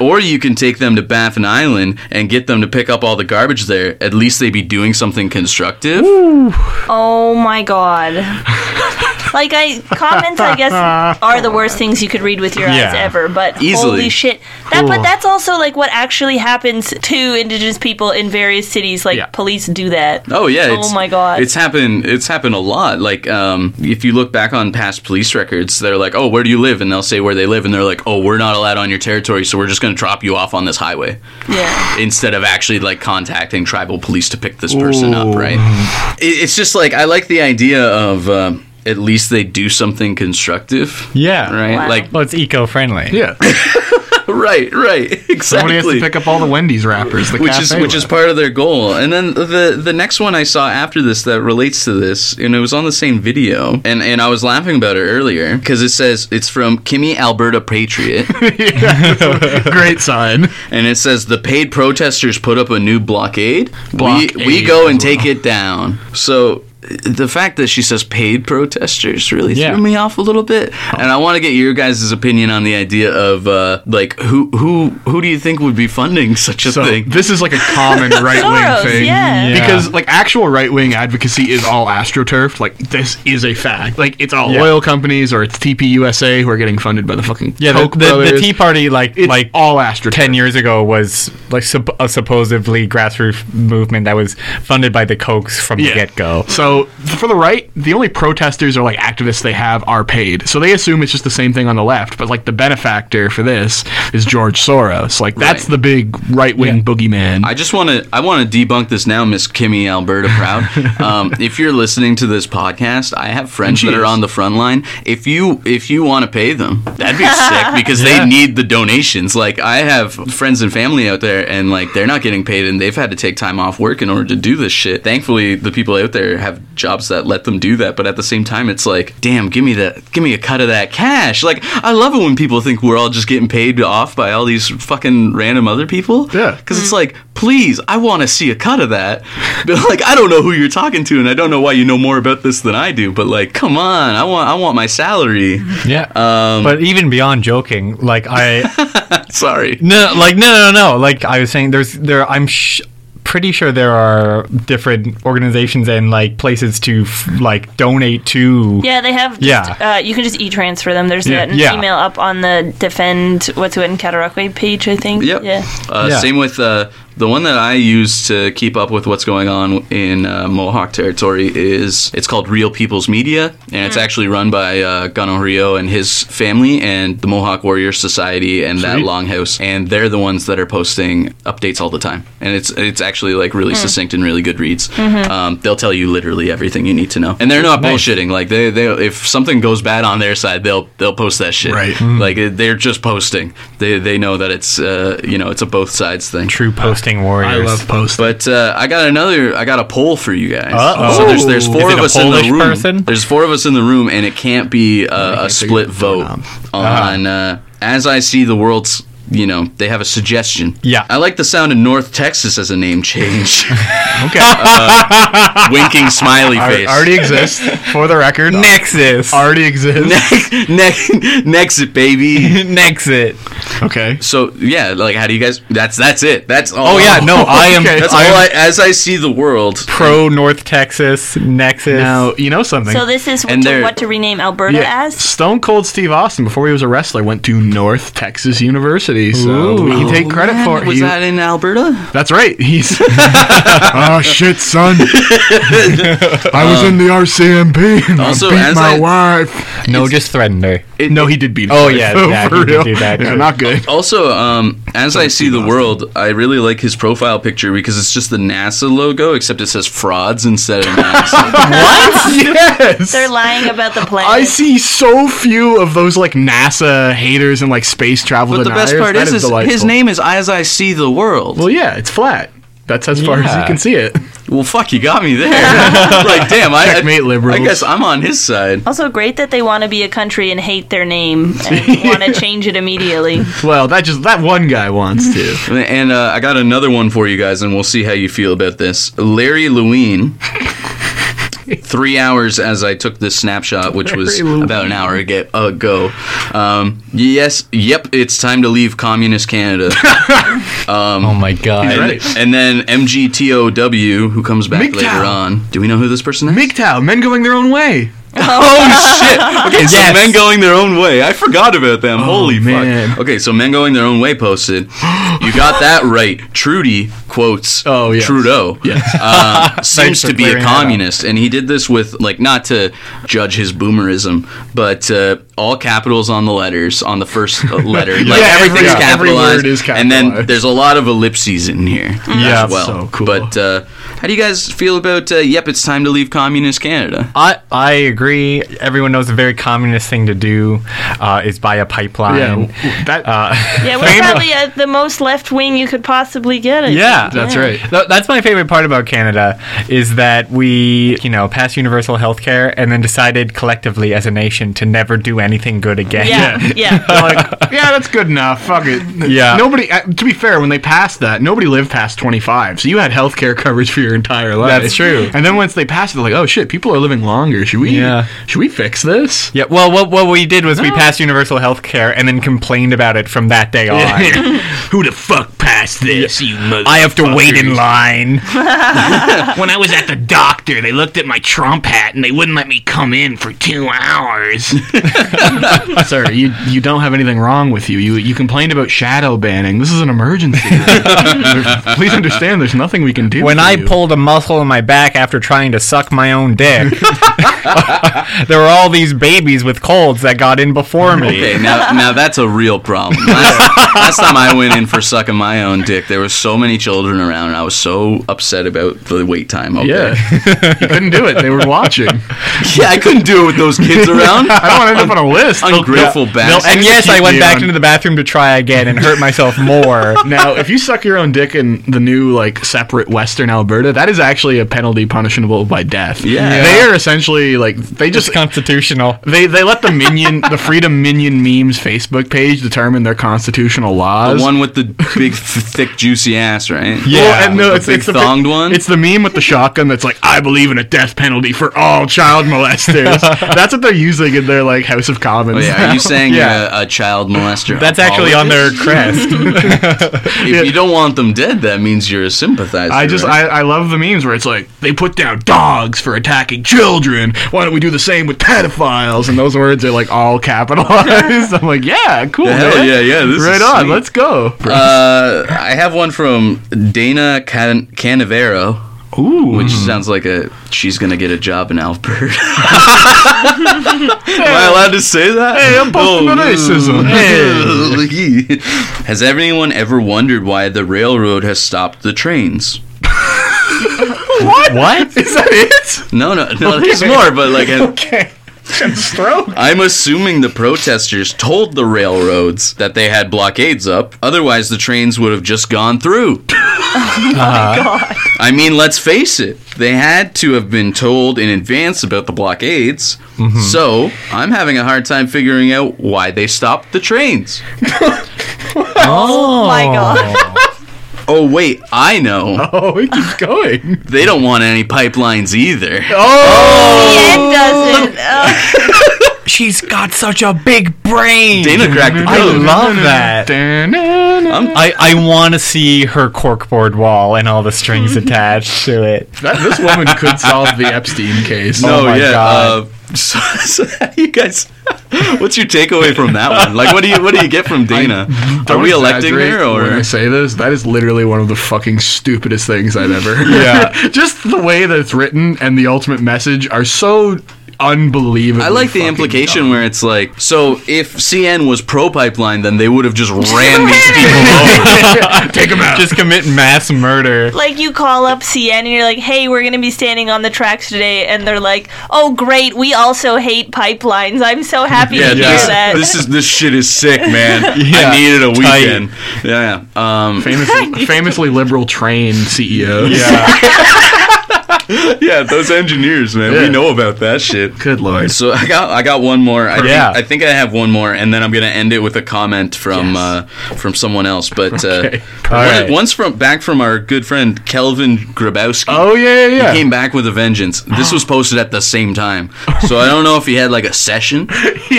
[SPEAKER 4] "Or you can take them to Baffin Island and get them to pick up all the garbage there. At least they'd be doing something constructive."
[SPEAKER 3] Oh my god. like I comments I guess are the worst things you could read with your
[SPEAKER 1] Yeah.
[SPEAKER 3] eyes ever, but
[SPEAKER 4] Easily.
[SPEAKER 3] holy shit. That but that's also like what actually happens to indigenous people in various cities like
[SPEAKER 2] Yeah.
[SPEAKER 3] police do that.
[SPEAKER 4] Oh yeah!
[SPEAKER 3] Oh
[SPEAKER 4] it's-
[SPEAKER 3] my God.
[SPEAKER 4] It's happened. It's happened a lot. Like, um, if you look back on past police records, they're like, "Oh, where do you live?" and they'll say where they live, and they're like, "Oh, we're not allowed on your territory, so we're just going to drop you off on this highway,"
[SPEAKER 3] Yeah.
[SPEAKER 4] instead of actually like contacting tribal police to pick this person up. Right? It, it's just like I like the idea of um, at least they do something constructive.
[SPEAKER 1] yeah
[SPEAKER 4] Right?
[SPEAKER 3] Wow.
[SPEAKER 4] Like,
[SPEAKER 1] well it's eco-friendly
[SPEAKER 2] Yeah,
[SPEAKER 4] right, right,
[SPEAKER 2] somebody has to
[SPEAKER 4] exactly.
[SPEAKER 2] pick up all the Wendy's wrappers. The
[SPEAKER 4] which is
[SPEAKER 2] cafe
[SPEAKER 4] which is
[SPEAKER 2] left.
[SPEAKER 4] part of their goal. And then the the next one I saw after this that relates to this, and it was on the same video, and and I was laughing about it earlier because it says it's from Kimmy Alberta Patriot,
[SPEAKER 2] great sign.
[SPEAKER 4] and it says the paid protesters put up a new blockade.
[SPEAKER 2] Blockade
[SPEAKER 4] we we go and take it down. So. The fact that she says paid protesters really
[SPEAKER 1] Yeah.
[SPEAKER 4] threw me off a little bit,
[SPEAKER 2] Oh.
[SPEAKER 4] and I want to get your guys' opinion on the idea of uh, like who who who do you think would be funding such a
[SPEAKER 2] So
[SPEAKER 4] thing?
[SPEAKER 2] this is like a common right
[SPEAKER 3] Soros,
[SPEAKER 2] wing thing.
[SPEAKER 3] yeah.
[SPEAKER 1] Yeah.
[SPEAKER 2] Because like actual right wing advocacy is all astroturf. Like this is a fact. Like it's all
[SPEAKER 1] Yeah.
[SPEAKER 2] oil companies or it's TPUSA who are getting funded by the fucking
[SPEAKER 1] yeah the,
[SPEAKER 2] Koch
[SPEAKER 1] the, the
[SPEAKER 2] brothers.
[SPEAKER 1] Tea Party like
[SPEAKER 2] it's
[SPEAKER 1] like
[SPEAKER 2] all astroturf.
[SPEAKER 1] 10 years ago was like sup- a supposedly grassroots movement that was funded by the Kochs from the
[SPEAKER 2] Yeah.
[SPEAKER 1] get-go
[SPEAKER 2] So for the right, the only protesters or like activists they have are paid. So they assume it's just the same thing on the left. But like the benefactor for this is George Soros. Like that's
[SPEAKER 4] Right.
[SPEAKER 2] the big right wing
[SPEAKER 1] Yeah.
[SPEAKER 2] boogeyman.
[SPEAKER 4] I just want to I want to debunk this now, Miss Kimmy Alberta Proud. um, if you're listening to this podcast, I have friends
[SPEAKER 2] She
[SPEAKER 4] that are
[SPEAKER 2] is.
[SPEAKER 4] on the front line. If you if you want to pay them, that'd be sick because they need the donations. Like I have friends and family out there, and like they're not getting paid, and they've had to take time off work in order to do this shit. Thankfully, the people out there have jobs that let them do that, but at the same time, it's like, damn, give me that, give me a cut of that cash. Like, I love it when people think we're all just getting paid off by all these fucking random other people.
[SPEAKER 2] Yeah.
[SPEAKER 4] because it's like, please, I want to see a cut of that. But like, I don't know who you're talking to, and I don't know why you know more about this than I do. But like, come on, I want, I want my salary.
[SPEAKER 1] Yeah.
[SPEAKER 2] Um,
[SPEAKER 1] but even beyond joking, like I
[SPEAKER 4] Sorry.
[SPEAKER 1] No, like no, no, no. Like I was saying, there's there. I'm sh- pretty sure there are different organizations and like places to f- like donate to.
[SPEAKER 3] Yeah, they have. Just,
[SPEAKER 1] Yeah.
[SPEAKER 3] uh, you can just e-transfer them. There's
[SPEAKER 2] Yeah.
[SPEAKER 3] an
[SPEAKER 1] Yeah.
[SPEAKER 3] email up on the defend what's it in Cataraqui page, I think.
[SPEAKER 4] Yep.
[SPEAKER 3] Yeah.
[SPEAKER 4] Uh,
[SPEAKER 1] Yeah.
[SPEAKER 4] Same with uh, the one that I use to keep up with what's going on in uh, Mohawk territory is it's called Real People's Media, and
[SPEAKER 3] Hmm.
[SPEAKER 4] it's actually run by uh, Gano Rio and his family and the Mohawk Warrior Society and that
[SPEAKER 2] Sweet.
[SPEAKER 4] Longhouse, and they're the ones that are posting updates all the time, and it's it's actually like really
[SPEAKER 3] Hmm.
[SPEAKER 4] succinct and really good reads.
[SPEAKER 3] Mm-hmm.
[SPEAKER 4] Um, they'll tell you literally everything you need to know, and they're not bullshitting. Like they, they if something goes bad on their side, they'll they'll post that shit.
[SPEAKER 2] Right.
[SPEAKER 4] Like it- they're just posting. They they know that it's uh, you know it's a both sides thing.
[SPEAKER 1] True posting warriors.
[SPEAKER 2] I love posts.
[SPEAKER 4] But uh, I got another. I got a poll for you guys.
[SPEAKER 1] Uh-oh.
[SPEAKER 4] So there's there's
[SPEAKER 1] Ooh.
[SPEAKER 4] four
[SPEAKER 1] Is it
[SPEAKER 4] of
[SPEAKER 1] a
[SPEAKER 4] us in the
[SPEAKER 1] Polish
[SPEAKER 4] room.
[SPEAKER 1] person?
[SPEAKER 4] There's four of us in the room, and it can't be
[SPEAKER 2] I
[SPEAKER 4] uh, a
[SPEAKER 2] can't figure
[SPEAKER 4] split
[SPEAKER 2] what's going
[SPEAKER 4] vote on
[SPEAKER 1] Uh-huh.
[SPEAKER 4] uh, as I see the world's. You know they have a suggestion.
[SPEAKER 1] Yeah.
[SPEAKER 4] I like the sound of North Texas as a name change.
[SPEAKER 2] okay,
[SPEAKER 4] Winking smiley face.
[SPEAKER 2] already exists for the record.
[SPEAKER 1] Nexus.
[SPEAKER 2] already exists.
[SPEAKER 4] next, next, next it, baby.
[SPEAKER 1] Nexit.
[SPEAKER 2] okay,
[SPEAKER 4] So yeah, like how do you guys? That's that's it. That's all.
[SPEAKER 1] Oh yeah, no, I am.
[SPEAKER 2] Okay.
[SPEAKER 4] That's
[SPEAKER 1] I am
[SPEAKER 4] all. I, as I see the world,
[SPEAKER 1] pro North Texas Nexus.
[SPEAKER 2] now you know something.
[SPEAKER 3] So this is
[SPEAKER 4] And
[SPEAKER 3] what to,
[SPEAKER 4] they're-
[SPEAKER 3] what to rename Alberta as.
[SPEAKER 2] Stone Cold Steve Austin, before he was a wrestler, went to North Texas University. So
[SPEAKER 1] Ooh.
[SPEAKER 2] we can take credit for it.
[SPEAKER 4] Oh, was
[SPEAKER 2] He-
[SPEAKER 4] that in Alberta?
[SPEAKER 2] That's right. He's oh shit, son. I was in the RCMP. And
[SPEAKER 4] Also, beat as my I-
[SPEAKER 2] wife.
[SPEAKER 1] no, just threatened her.
[SPEAKER 4] It-
[SPEAKER 2] No, he did beat.
[SPEAKER 1] Oh,
[SPEAKER 2] his wife,
[SPEAKER 1] yeah,
[SPEAKER 2] though,
[SPEAKER 1] yeah,
[SPEAKER 2] for
[SPEAKER 1] he did
[SPEAKER 2] real.
[SPEAKER 1] do that,
[SPEAKER 2] Yeah,
[SPEAKER 1] too.
[SPEAKER 2] not good.
[SPEAKER 4] Also, um, as I see the world, I really like his profile picture because it's just the NASA logo, except it says frauds instead of NASA.
[SPEAKER 2] yes.
[SPEAKER 3] They're lying about the planet.
[SPEAKER 2] I see so few of those like NASA haters and like space travel
[SPEAKER 4] but the
[SPEAKER 2] deniers.
[SPEAKER 4] best part
[SPEAKER 2] That
[SPEAKER 4] is, is his
[SPEAKER 2] delightful.
[SPEAKER 4] name is As I See the World.
[SPEAKER 2] Well, yeah, it's flat. That's as far as you
[SPEAKER 1] Yeah.
[SPEAKER 2] can see it.
[SPEAKER 4] Well, fuck, you got me there. like, damn, I,
[SPEAKER 2] Checkmate,
[SPEAKER 4] I, I
[SPEAKER 2] liberals.
[SPEAKER 4] guess I'm on his side.
[SPEAKER 3] Also, great that they want to be a country and hate their name and want to change it immediately.
[SPEAKER 2] Well, that just that one guy wants to.
[SPEAKER 4] And uh, I got another one for you guys, and we'll see how you feel about this. Larry Lewine. Three hours as I took this snapshot, which was
[SPEAKER 2] Larry Lewine.
[SPEAKER 4] about an hour aga- ago. Um, yes, yep, it's time to leave communist Canada.
[SPEAKER 1] Oh my god.
[SPEAKER 4] and,
[SPEAKER 2] right.
[SPEAKER 4] and then MGTOW, who comes back
[SPEAKER 2] MGTOW.
[SPEAKER 4] later on. Do we know who this person is?
[SPEAKER 2] MGTOW, men going their own way.
[SPEAKER 4] Oh shit! Okay,
[SPEAKER 1] Yes.
[SPEAKER 4] so men going their own way. I forgot about them. Holy
[SPEAKER 2] Oh, man.
[SPEAKER 4] fuck! Okay, so men going their own way posted. You got that right. Trudy quotes
[SPEAKER 2] Oh, yes.
[SPEAKER 4] Trudeau. Um, seems
[SPEAKER 1] Thanks for
[SPEAKER 4] to be a
[SPEAKER 1] clearing that up.
[SPEAKER 4] communist, and he did this with like not to judge his boomerism, but uh, all capitals on the letters on the first uh, letter. Like
[SPEAKER 2] Yeah, every-
[SPEAKER 4] everything's
[SPEAKER 2] yeah, every
[SPEAKER 4] capitalized,
[SPEAKER 2] word is
[SPEAKER 4] and then
[SPEAKER 2] capitalized.
[SPEAKER 4] there's a lot of ellipses in here.
[SPEAKER 1] Yeah.
[SPEAKER 4] as well.
[SPEAKER 2] So cool.
[SPEAKER 4] But uh, how do you guys feel about? Uh, yep, it's time to leave communist Canada.
[SPEAKER 1] I, I agree. Everyone knows a very communist thing to do uh, is buy a pipeline.
[SPEAKER 2] Yeah, that-
[SPEAKER 1] Uh,
[SPEAKER 3] Yeah, we're probably uh, the most left wing you could possibly get. I
[SPEAKER 1] Yeah,
[SPEAKER 3] think.
[SPEAKER 2] That's right.
[SPEAKER 1] Th- That's my favorite part about Canada is that we, you know, passed universal health care and then decided collectively as a nation to never do anything good again.
[SPEAKER 3] Yeah,
[SPEAKER 2] Yeah.
[SPEAKER 3] yeah.
[SPEAKER 2] They're like, yeah, that's good enough. Fuck it.
[SPEAKER 1] Yeah.
[SPEAKER 2] Nobody. uh, To be fair, when they passed that, nobody lived past 25, so you had health care coverage for your entire life.
[SPEAKER 1] That's true.
[SPEAKER 2] And then once they passed it, they're like, oh shit, people are living longer. Should we?
[SPEAKER 1] Yeah.
[SPEAKER 2] Should we fix this?
[SPEAKER 1] Yeah, well, what, what we did was we passed universal health care and then complained about it from that day on.
[SPEAKER 2] Who the fuck passed this? You mother.
[SPEAKER 1] I have to wait in line.
[SPEAKER 5] When I was at the doctor, they looked at my Trump hat and they wouldn't let me come in for two hours.
[SPEAKER 2] Sir, you you don't have anything wrong with you. You you complained about shadow banning. This is an emergency. Please understand. There's nothing we can do.
[SPEAKER 1] When
[SPEAKER 2] for
[SPEAKER 1] I
[SPEAKER 2] you.
[SPEAKER 1] pulled a muscle in my back after trying to suck my own dick, there were all these babies with colds that got in before me.
[SPEAKER 4] Okay, now now that's a real problem. Last, last time I went in for sucking my own dick, there were so many children around, and I was so upset about the wait time. Okay.
[SPEAKER 2] Yeah. you couldn't do it. They were watching.
[SPEAKER 4] Yeah, I couldn't do it with those kids around.
[SPEAKER 2] I don't want to end up on a list.
[SPEAKER 4] Ungrateful bastard.
[SPEAKER 1] And yes, I went
[SPEAKER 2] you
[SPEAKER 1] back
[SPEAKER 2] on-
[SPEAKER 1] into the bathroom to try again and hurt myself more.
[SPEAKER 2] Now, if you suck your own dick in the new like separate Western Alberta, that is actually a penalty punishable by death.
[SPEAKER 4] Yeah.
[SPEAKER 2] they are essentially like they just
[SPEAKER 1] It's constitutional.
[SPEAKER 2] they they let the minion the Freedom Minion memes Facebook page determine their constitutional laws.
[SPEAKER 4] The one with the big, f- thick, juicy ass, right?
[SPEAKER 2] Well,
[SPEAKER 1] Yeah,
[SPEAKER 2] and no,
[SPEAKER 4] with
[SPEAKER 2] it's,
[SPEAKER 4] the big
[SPEAKER 2] it's the
[SPEAKER 4] thonged one.
[SPEAKER 2] It's the meme with the shotgun that's like, I believe in a death penalty for all child molesters. that's what they're using in their like House of Commons.
[SPEAKER 4] Oh, yeah, are you saying
[SPEAKER 2] Yeah.
[SPEAKER 4] you're a, a child molester?
[SPEAKER 1] That's actually on their
[SPEAKER 4] apologist?
[SPEAKER 1] crest.
[SPEAKER 4] If you don't want them dead, that means you're a sympathizer.
[SPEAKER 2] I just
[SPEAKER 4] right?
[SPEAKER 2] I, I love the memes where it's like they put down dogs for attacking children. Why don't we do the same with pedophiles? And those words are like all capitalized. I'm like, yeah, cool.
[SPEAKER 4] Hell
[SPEAKER 2] man.
[SPEAKER 4] yeah, yeah, this is
[SPEAKER 2] right on.
[SPEAKER 4] sweet.
[SPEAKER 2] Let's go.
[SPEAKER 4] Uh, I have one from Dana Can- Canavero,
[SPEAKER 2] Ooh,
[SPEAKER 4] which sounds like a she's gonna get a job in Alberta. Am I allowed to say that?
[SPEAKER 2] hey, I'm
[SPEAKER 4] Oh,
[SPEAKER 2] posting on racism. Hey.
[SPEAKER 4] has anyone ever wondered why the railroad has stopped the trains?
[SPEAKER 2] What?
[SPEAKER 1] What?
[SPEAKER 2] Is that it?
[SPEAKER 4] No, no, no. There's more, but like, I-
[SPEAKER 2] Okay. Stroke.
[SPEAKER 4] I'm assuming the protesters told the railroads that they had blockades up. Otherwise, the trains would have just gone through. Uh-huh. I mean, let's face it, they had to have been told in advance about the blockades. So, I'm having a hard time figuring out why they stopped the trains.
[SPEAKER 3] Oh my god.
[SPEAKER 4] Oh, wait, I know.
[SPEAKER 2] Oh, it keeps going.
[SPEAKER 4] They don't want any pipelines either.
[SPEAKER 3] Ian doesn't. Oh,
[SPEAKER 1] She's got such a big brain.
[SPEAKER 4] Dana cracked the
[SPEAKER 1] I
[SPEAKER 4] code.
[SPEAKER 1] love that.
[SPEAKER 2] That,
[SPEAKER 1] I, I want to see her corkboard wall and all the strings attached to it.
[SPEAKER 2] this woman could solve the Epstein case.
[SPEAKER 4] No,
[SPEAKER 1] Oh my
[SPEAKER 4] yeah.
[SPEAKER 1] God.
[SPEAKER 4] Uh, so, so you guys, what's your takeaway from that one? Like, what do you what do you get from Dana? Are
[SPEAKER 2] Oh Don't
[SPEAKER 4] we electing
[SPEAKER 2] exaggerate
[SPEAKER 4] her
[SPEAKER 2] When I
[SPEAKER 4] or?
[SPEAKER 2] say this, that is literally one of the fucking stupidest things I've ever heard.
[SPEAKER 1] Yeah.
[SPEAKER 2] Just the way that it's written and the ultimate message are so unbelievable.
[SPEAKER 4] I like the implication where it's like, so if CN was pro pipeline, then they would have just ran these people.
[SPEAKER 2] Take them out.
[SPEAKER 1] Just commit mass murder.
[SPEAKER 3] like you call up CN and you're like, "Hey, we're gonna be standing on the tracks today," and they're like, "Oh, great, we also hate pipelines. I'm so happy
[SPEAKER 4] Yeah,
[SPEAKER 3] to hear that."
[SPEAKER 4] this, this is this shit is sick, man.
[SPEAKER 1] Yeah,
[SPEAKER 4] I needed a
[SPEAKER 1] tight.
[SPEAKER 4] weekend. Yeah. Um,
[SPEAKER 2] famously, famously liberal E train CEO.
[SPEAKER 1] Yeah.
[SPEAKER 4] yeah, those engineers, man.
[SPEAKER 2] Yeah.
[SPEAKER 4] We know about that shit.
[SPEAKER 2] Good lord.
[SPEAKER 4] So I got I got one more. I,
[SPEAKER 1] Yeah.
[SPEAKER 4] think, I think I have one more, and then I'm gonna end it with a comment from uh, from someone else. But
[SPEAKER 2] Okay.
[SPEAKER 4] uh,
[SPEAKER 1] All
[SPEAKER 4] one-
[SPEAKER 1] right.
[SPEAKER 4] once from back from our good friend Kelvin Grabowski.
[SPEAKER 2] Oh yeah, yeah,
[SPEAKER 4] He
[SPEAKER 2] yeah.
[SPEAKER 4] came back with a vengeance. This was posted at the same time, so I don't know if he had like a session,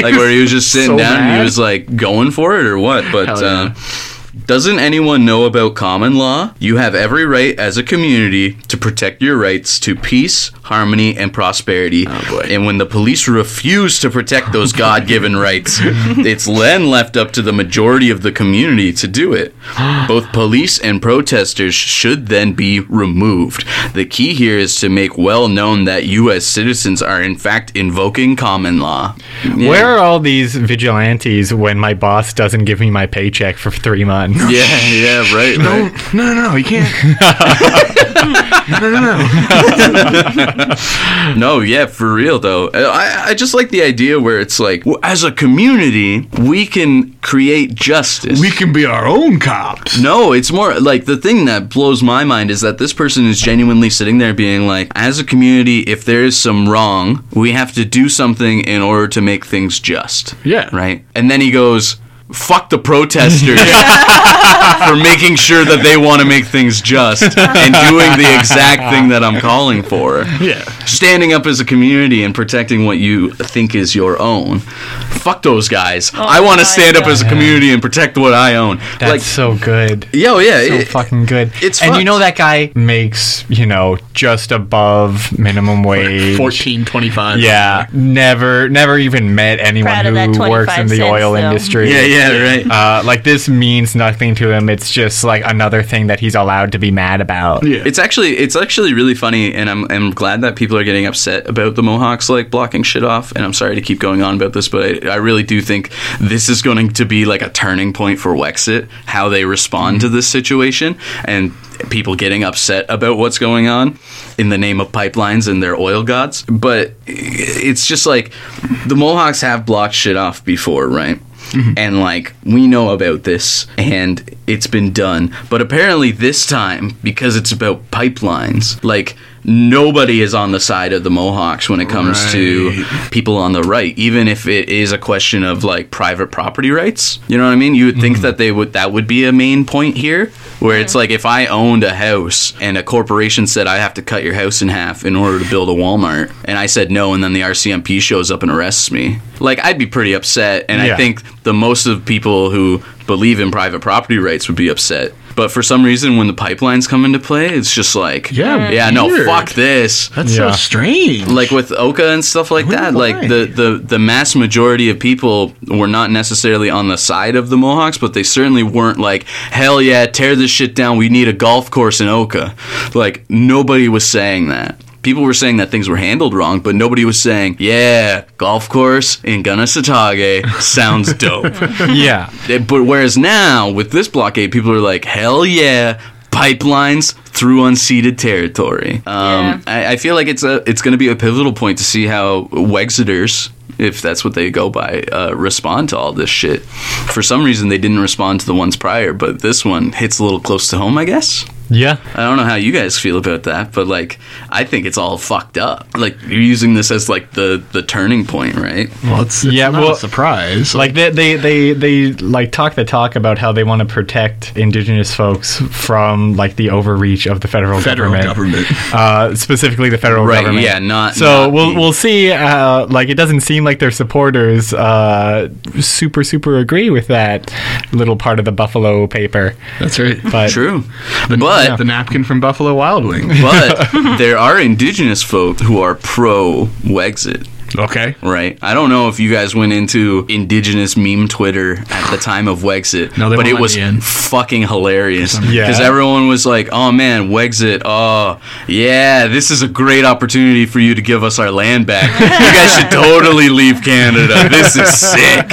[SPEAKER 4] like where he was just sitting
[SPEAKER 2] so
[SPEAKER 4] down and
[SPEAKER 2] mad.
[SPEAKER 4] he was like going for it or what. But
[SPEAKER 2] Hell yeah.
[SPEAKER 4] uh, doesn't anyone know about common law? You have every right as a community to protect your rights to peace, harmony, and prosperity.
[SPEAKER 2] boy.
[SPEAKER 4] And when the police refuse to protect those God given rights, it's then left up to the majority of the community to do it. Both police and protesters should then be removed. The key here is to make well known that you, as citizens, are in fact invoking common law. Yeah.
[SPEAKER 1] Where are all these vigilantes when my boss doesn't give me my paycheck for three months?
[SPEAKER 4] Yeah, yeah, right. right.
[SPEAKER 2] No, no, no, you can't. no, no, no, no.
[SPEAKER 4] No, yeah, for real though. Uh, I, I just like the idea where it's like, w- as a community, we can create justice.
[SPEAKER 2] We can be our own cops.
[SPEAKER 4] no, it's more like the thing that blows my mind is that this person is genuinely sitting there being like, as a community, if there is some wrong, we have to do something in order to make things just.
[SPEAKER 2] Yeah.
[SPEAKER 4] Right? And then he goes, fuck the protesters for making sure that they want to make things just and doing the exact thing that I'm calling for
[SPEAKER 2] Yeah.
[SPEAKER 4] standing up as a community and protecting what you think is your own. Fuck those guys. I want
[SPEAKER 3] my
[SPEAKER 4] to stand up as a
[SPEAKER 1] God.
[SPEAKER 4] community and protect what I own.
[SPEAKER 1] That's
[SPEAKER 4] like,
[SPEAKER 1] so good.
[SPEAKER 4] yo, yeah,
[SPEAKER 1] So
[SPEAKER 4] it-
[SPEAKER 1] fucking good.
[SPEAKER 4] it's
[SPEAKER 1] and
[SPEAKER 4] fucked.
[SPEAKER 1] you know that guy makes, you know, just above minimum wage.
[SPEAKER 2] Fourteen twenty-five.
[SPEAKER 1] Yeah, never, never even met anyone
[SPEAKER 3] Proud of that
[SPEAKER 1] who works in
[SPEAKER 3] 25
[SPEAKER 1] the
[SPEAKER 3] cents,
[SPEAKER 1] oil
[SPEAKER 3] though.
[SPEAKER 1] industry.
[SPEAKER 4] yeah, yeah, yeah, right.
[SPEAKER 1] Uh, like this means nothing to him. It's just like another thing that he's allowed to be mad about.
[SPEAKER 2] Yeah.
[SPEAKER 4] It's actually it's actually really funny, and I'm I'm glad that people are getting upset about the Mohawks like blocking shit off. And I'm sorry to keep going on about this, but I, I really do think this is going to be like a turning point for Wexit, how they respond to this situation, and people getting upset about what's going on in the name of pipelines and their oil gods. But it's just like the Mohawks have blocked shit off before, right? Mm-hmm. And like we know about this, and it's been done. But apparently this time, because it's about pipelines, like nobody is on the side of the Mohawks when it comes to people on the right, even if it is a question of like private property rights. You know what I mean? You would think that they would that would be a main point here, where it's like if I owned a house and a corporation said I have to cut your house in half in order to build a Walmart, and I said no, and then the RCMP shows up and arrests me. Like I'd be pretty upset, and
[SPEAKER 1] Yeah.
[SPEAKER 4] I think the most of people who believe in private property rights would be upset. But for some reason, when the pipelines come into play, it's just like,
[SPEAKER 2] Yeah,
[SPEAKER 4] yeah, no,
[SPEAKER 2] weird.
[SPEAKER 4] fuck this.
[SPEAKER 2] That's
[SPEAKER 1] Yeah.
[SPEAKER 2] so strange.
[SPEAKER 4] Like with Oka and stuff like that, like
[SPEAKER 2] why.
[SPEAKER 4] the, the the mass majority of people were not necessarily on the side of the Mohawks, but they certainly weren't like, hell yeah, tear this shit down. We need a golf course in Oka. Like nobody was saying that. People were saying that things were handled wrong, but nobody was saying, yeah, golf course in Gunasatage sounds dope.
[SPEAKER 1] Yeah.
[SPEAKER 4] Uh, But whereas now with this blockade, people are like, hell yeah, pipelines through unceded territory. Um,
[SPEAKER 3] Yeah.
[SPEAKER 4] I, I feel like it's a it's going to be a pivotal point to see how Wexiters. If that's what they go by, uh, respond to all this shit. For some reason, they didn't respond to the ones prior, but this one hits a little close to home, I guess.
[SPEAKER 1] Yeah.
[SPEAKER 4] I don't know how you guys feel about that, but like, I think it's all fucked up. Like, you're using this as like the the turning point, right?
[SPEAKER 2] well, it's, it's
[SPEAKER 1] Yeah,
[SPEAKER 2] not
[SPEAKER 1] well,
[SPEAKER 2] a surprise.
[SPEAKER 1] Like they, they, they, they like talk the talk about how they want to protect indigenous folks from like the overreach of the federal,
[SPEAKER 2] federal government.
[SPEAKER 1] uh, specifically the federal
[SPEAKER 4] Right,
[SPEAKER 1] government.
[SPEAKER 4] yeah, not-
[SPEAKER 1] So
[SPEAKER 4] Uh, not
[SPEAKER 1] we'll
[SPEAKER 4] the-
[SPEAKER 1] we'll see. Uh, like it doesn't seem like their supporters uh, super super agree with that little part of the Buffalo paper.
[SPEAKER 2] That's right.
[SPEAKER 1] But
[SPEAKER 4] True,
[SPEAKER 2] The,
[SPEAKER 4] but
[SPEAKER 2] the napkin from Buffalo Wild Wing.
[SPEAKER 4] but there are indigenous folk who are pro Wexit.
[SPEAKER 2] okay.
[SPEAKER 4] Right. I don't know if you guys went into indigenous meme Twitter at the time of Wexit,
[SPEAKER 2] No, they
[SPEAKER 4] but
[SPEAKER 2] won't
[SPEAKER 4] it
[SPEAKER 2] let
[SPEAKER 4] was
[SPEAKER 2] me in.
[SPEAKER 4] fucking hilarious
[SPEAKER 1] Yeah.
[SPEAKER 4] because everyone was like, "Oh man, Wexit! Oh yeah, this is a great opportunity for you to give us our land back. you guys should totally leave Canada. This is sick."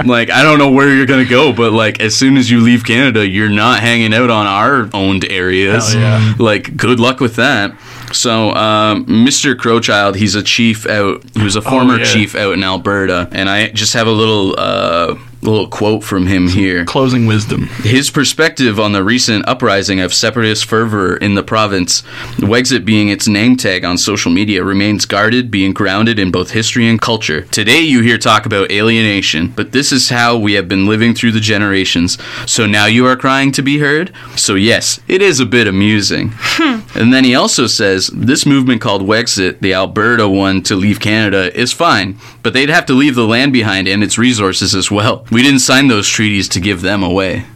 [SPEAKER 4] I'm like, I don't know where you're gonna go, but like, as soon as you leave Canada, you're not hanging out on our owned areas.
[SPEAKER 2] Hell yeah.
[SPEAKER 4] Like, good luck with that. So, um, Mr. Crowchild, he's a chief out. He was a former
[SPEAKER 2] Oh, yeah.
[SPEAKER 4] chief out in Alberta, and I just have a little uh, little quote from him here.
[SPEAKER 2] Closing wisdom.
[SPEAKER 4] His perspective on the recent uprising of separatist fervor in the province, Wexit being its name tag on social media, remains guarded, being grounded in both history and culture. Today you hear talk about alienation, but this is how we have been living through the generations. So now you are crying to be heard? So yes, it is a bit amusing. And then he also says this movement called Wexit, the Alberta one to leave Canada, is fine, but they'd have to leave the land behind and its resources as well. We didn't sign those treaties to give them away.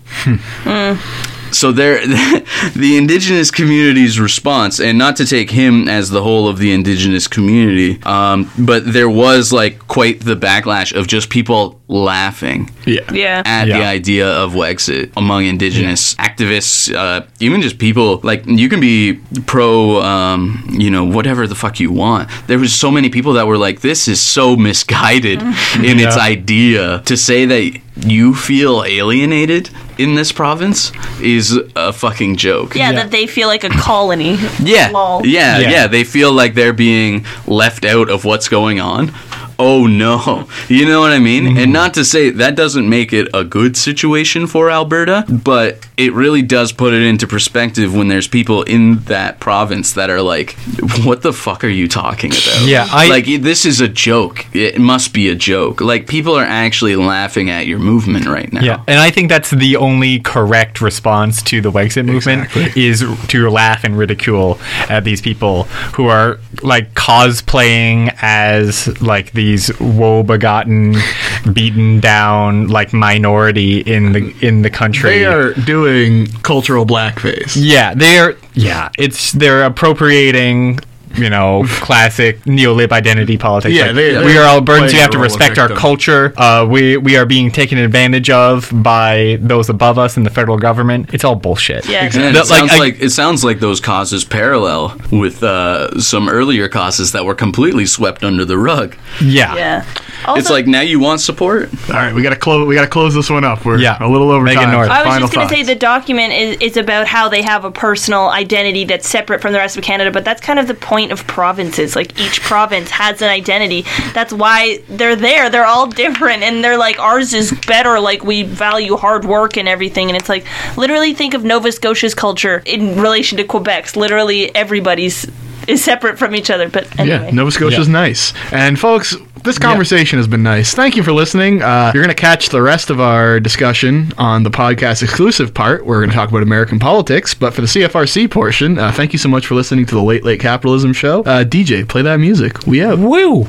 [SPEAKER 4] So there, the indigenous community's response, and not to take him as the whole of the indigenous community, um, but there was like quite the backlash of just people laughing
[SPEAKER 2] Yeah.
[SPEAKER 3] Yeah.
[SPEAKER 4] at the
[SPEAKER 1] Yeah.
[SPEAKER 4] idea of Wexit among indigenous activists, uh, even just people. Like, you can be pro, um, you know, whatever the fuck you want. There was so many people that were like, this is so misguided in its
[SPEAKER 1] Yeah.
[SPEAKER 4] idea. To say that you feel alienated in this province is a fucking joke.
[SPEAKER 3] yeah, that they feel like a colony.
[SPEAKER 4] Yeah.
[SPEAKER 3] Lol.
[SPEAKER 4] Yeah,
[SPEAKER 1] Yeah.
[SPEAKER 4] yeah, They feel like they're being left out of what's going on. Oh no. You know what I mean?
[SPEAKER 1] Mm-hmm.
[SPEAKER 4] And not to say that doesn't make it a good situation for Alberta, but it really does put it into perspective when there's people in that province that are like, what the fuck are you talking about?
[SPEAKER 1] Yeah, I-
[SPEAKER 4] like this is a joke. It must be a joke. Like people are actually laughing at your movement right now.
[SPEAKER 1] Yeah, and I think that's the only correct response to the Wexit movement is to laugh and ridicule at these people who are like cosplaying as like these woe-begotten, beaten down like minority in the in the country.
[SPEAKER 2] They are doing cultural blackface.
[SPEAKER 1] Yeah, they're yeah, it's they're appropriating you know, classic neo-lib identity politics.
[SPEAKER 2] Yeah,
[SPEAKER 1] Like,
[SPEAKER 2] they- they
[SPEAKER 1] we are Albertans.
[SPEAKER 2] play
[SPEAKER 1] We have to
[SPEAKER 2] the role of
[SPEAKER 1] respect our
[SPEAKER 2] victim.
[SPEAKER 1] culture. Uh, we we are being taken advantage of by those above us in the federal government. It's all bullshit.
[SPEAKER 3] Yeah.
[SPEAKER 4] And
[SPEAKER 1] That,
[SPEAKER 4] it
[SPEAKER 1] like,
[SPEAKER 4] sounds
[SPEAKER 1] I-
[SPEAKER 4] like it sounds like those causes parallel with uh, some earlier causes that were completely swept under the rug.
[SPEAKER 1] yeah.
[SPEAKER 3] Yeah. Also,
[SPEAKER 4] it's like now you want support.
[SPEAKER 2] All right, we gotta close. We gotta close this one up. We're
[SPEAKER 1] Yeah.
[SPEAKER 2] a little over
[SPEAKER 1] Megan
[SPEAKER 2] time.
[SPEAKER 1] North.
[SPEAKER 3] I was
[SPEAKER 2] Final
[SPEAKER 3] just going to say
[SPEAKER 2] thoughts.
[SPEAKER 3] the document is, is about how they have a personal identity that's separate from the rest of Canada, but that's kind of the point of provinces. Like each province has an identity. That's why they're there. They're all different, and they're like ours is better. Like we value hard work and everything. And it's like literally think of Nova Scotia's culture in relation to Quebec's. Literally everybody's is separate from each other. But anyway.
[SPEAKER 2] Yeah, Nova Scotia's
[SPEAKER 1] Yeah.
[SPEAKER 2] nice. And folks, this conversation has been nice. Thank you for listening. Uh, you're going to catch the rest of our discussion on the podcast exclusive part. We're going to talk about American politics, but for the CFRC portion, uh, thank you so much for listening to the Late Late Capitalism Show. Uh, DJ, play that music. We out.
[SPEAKER 1] Woo.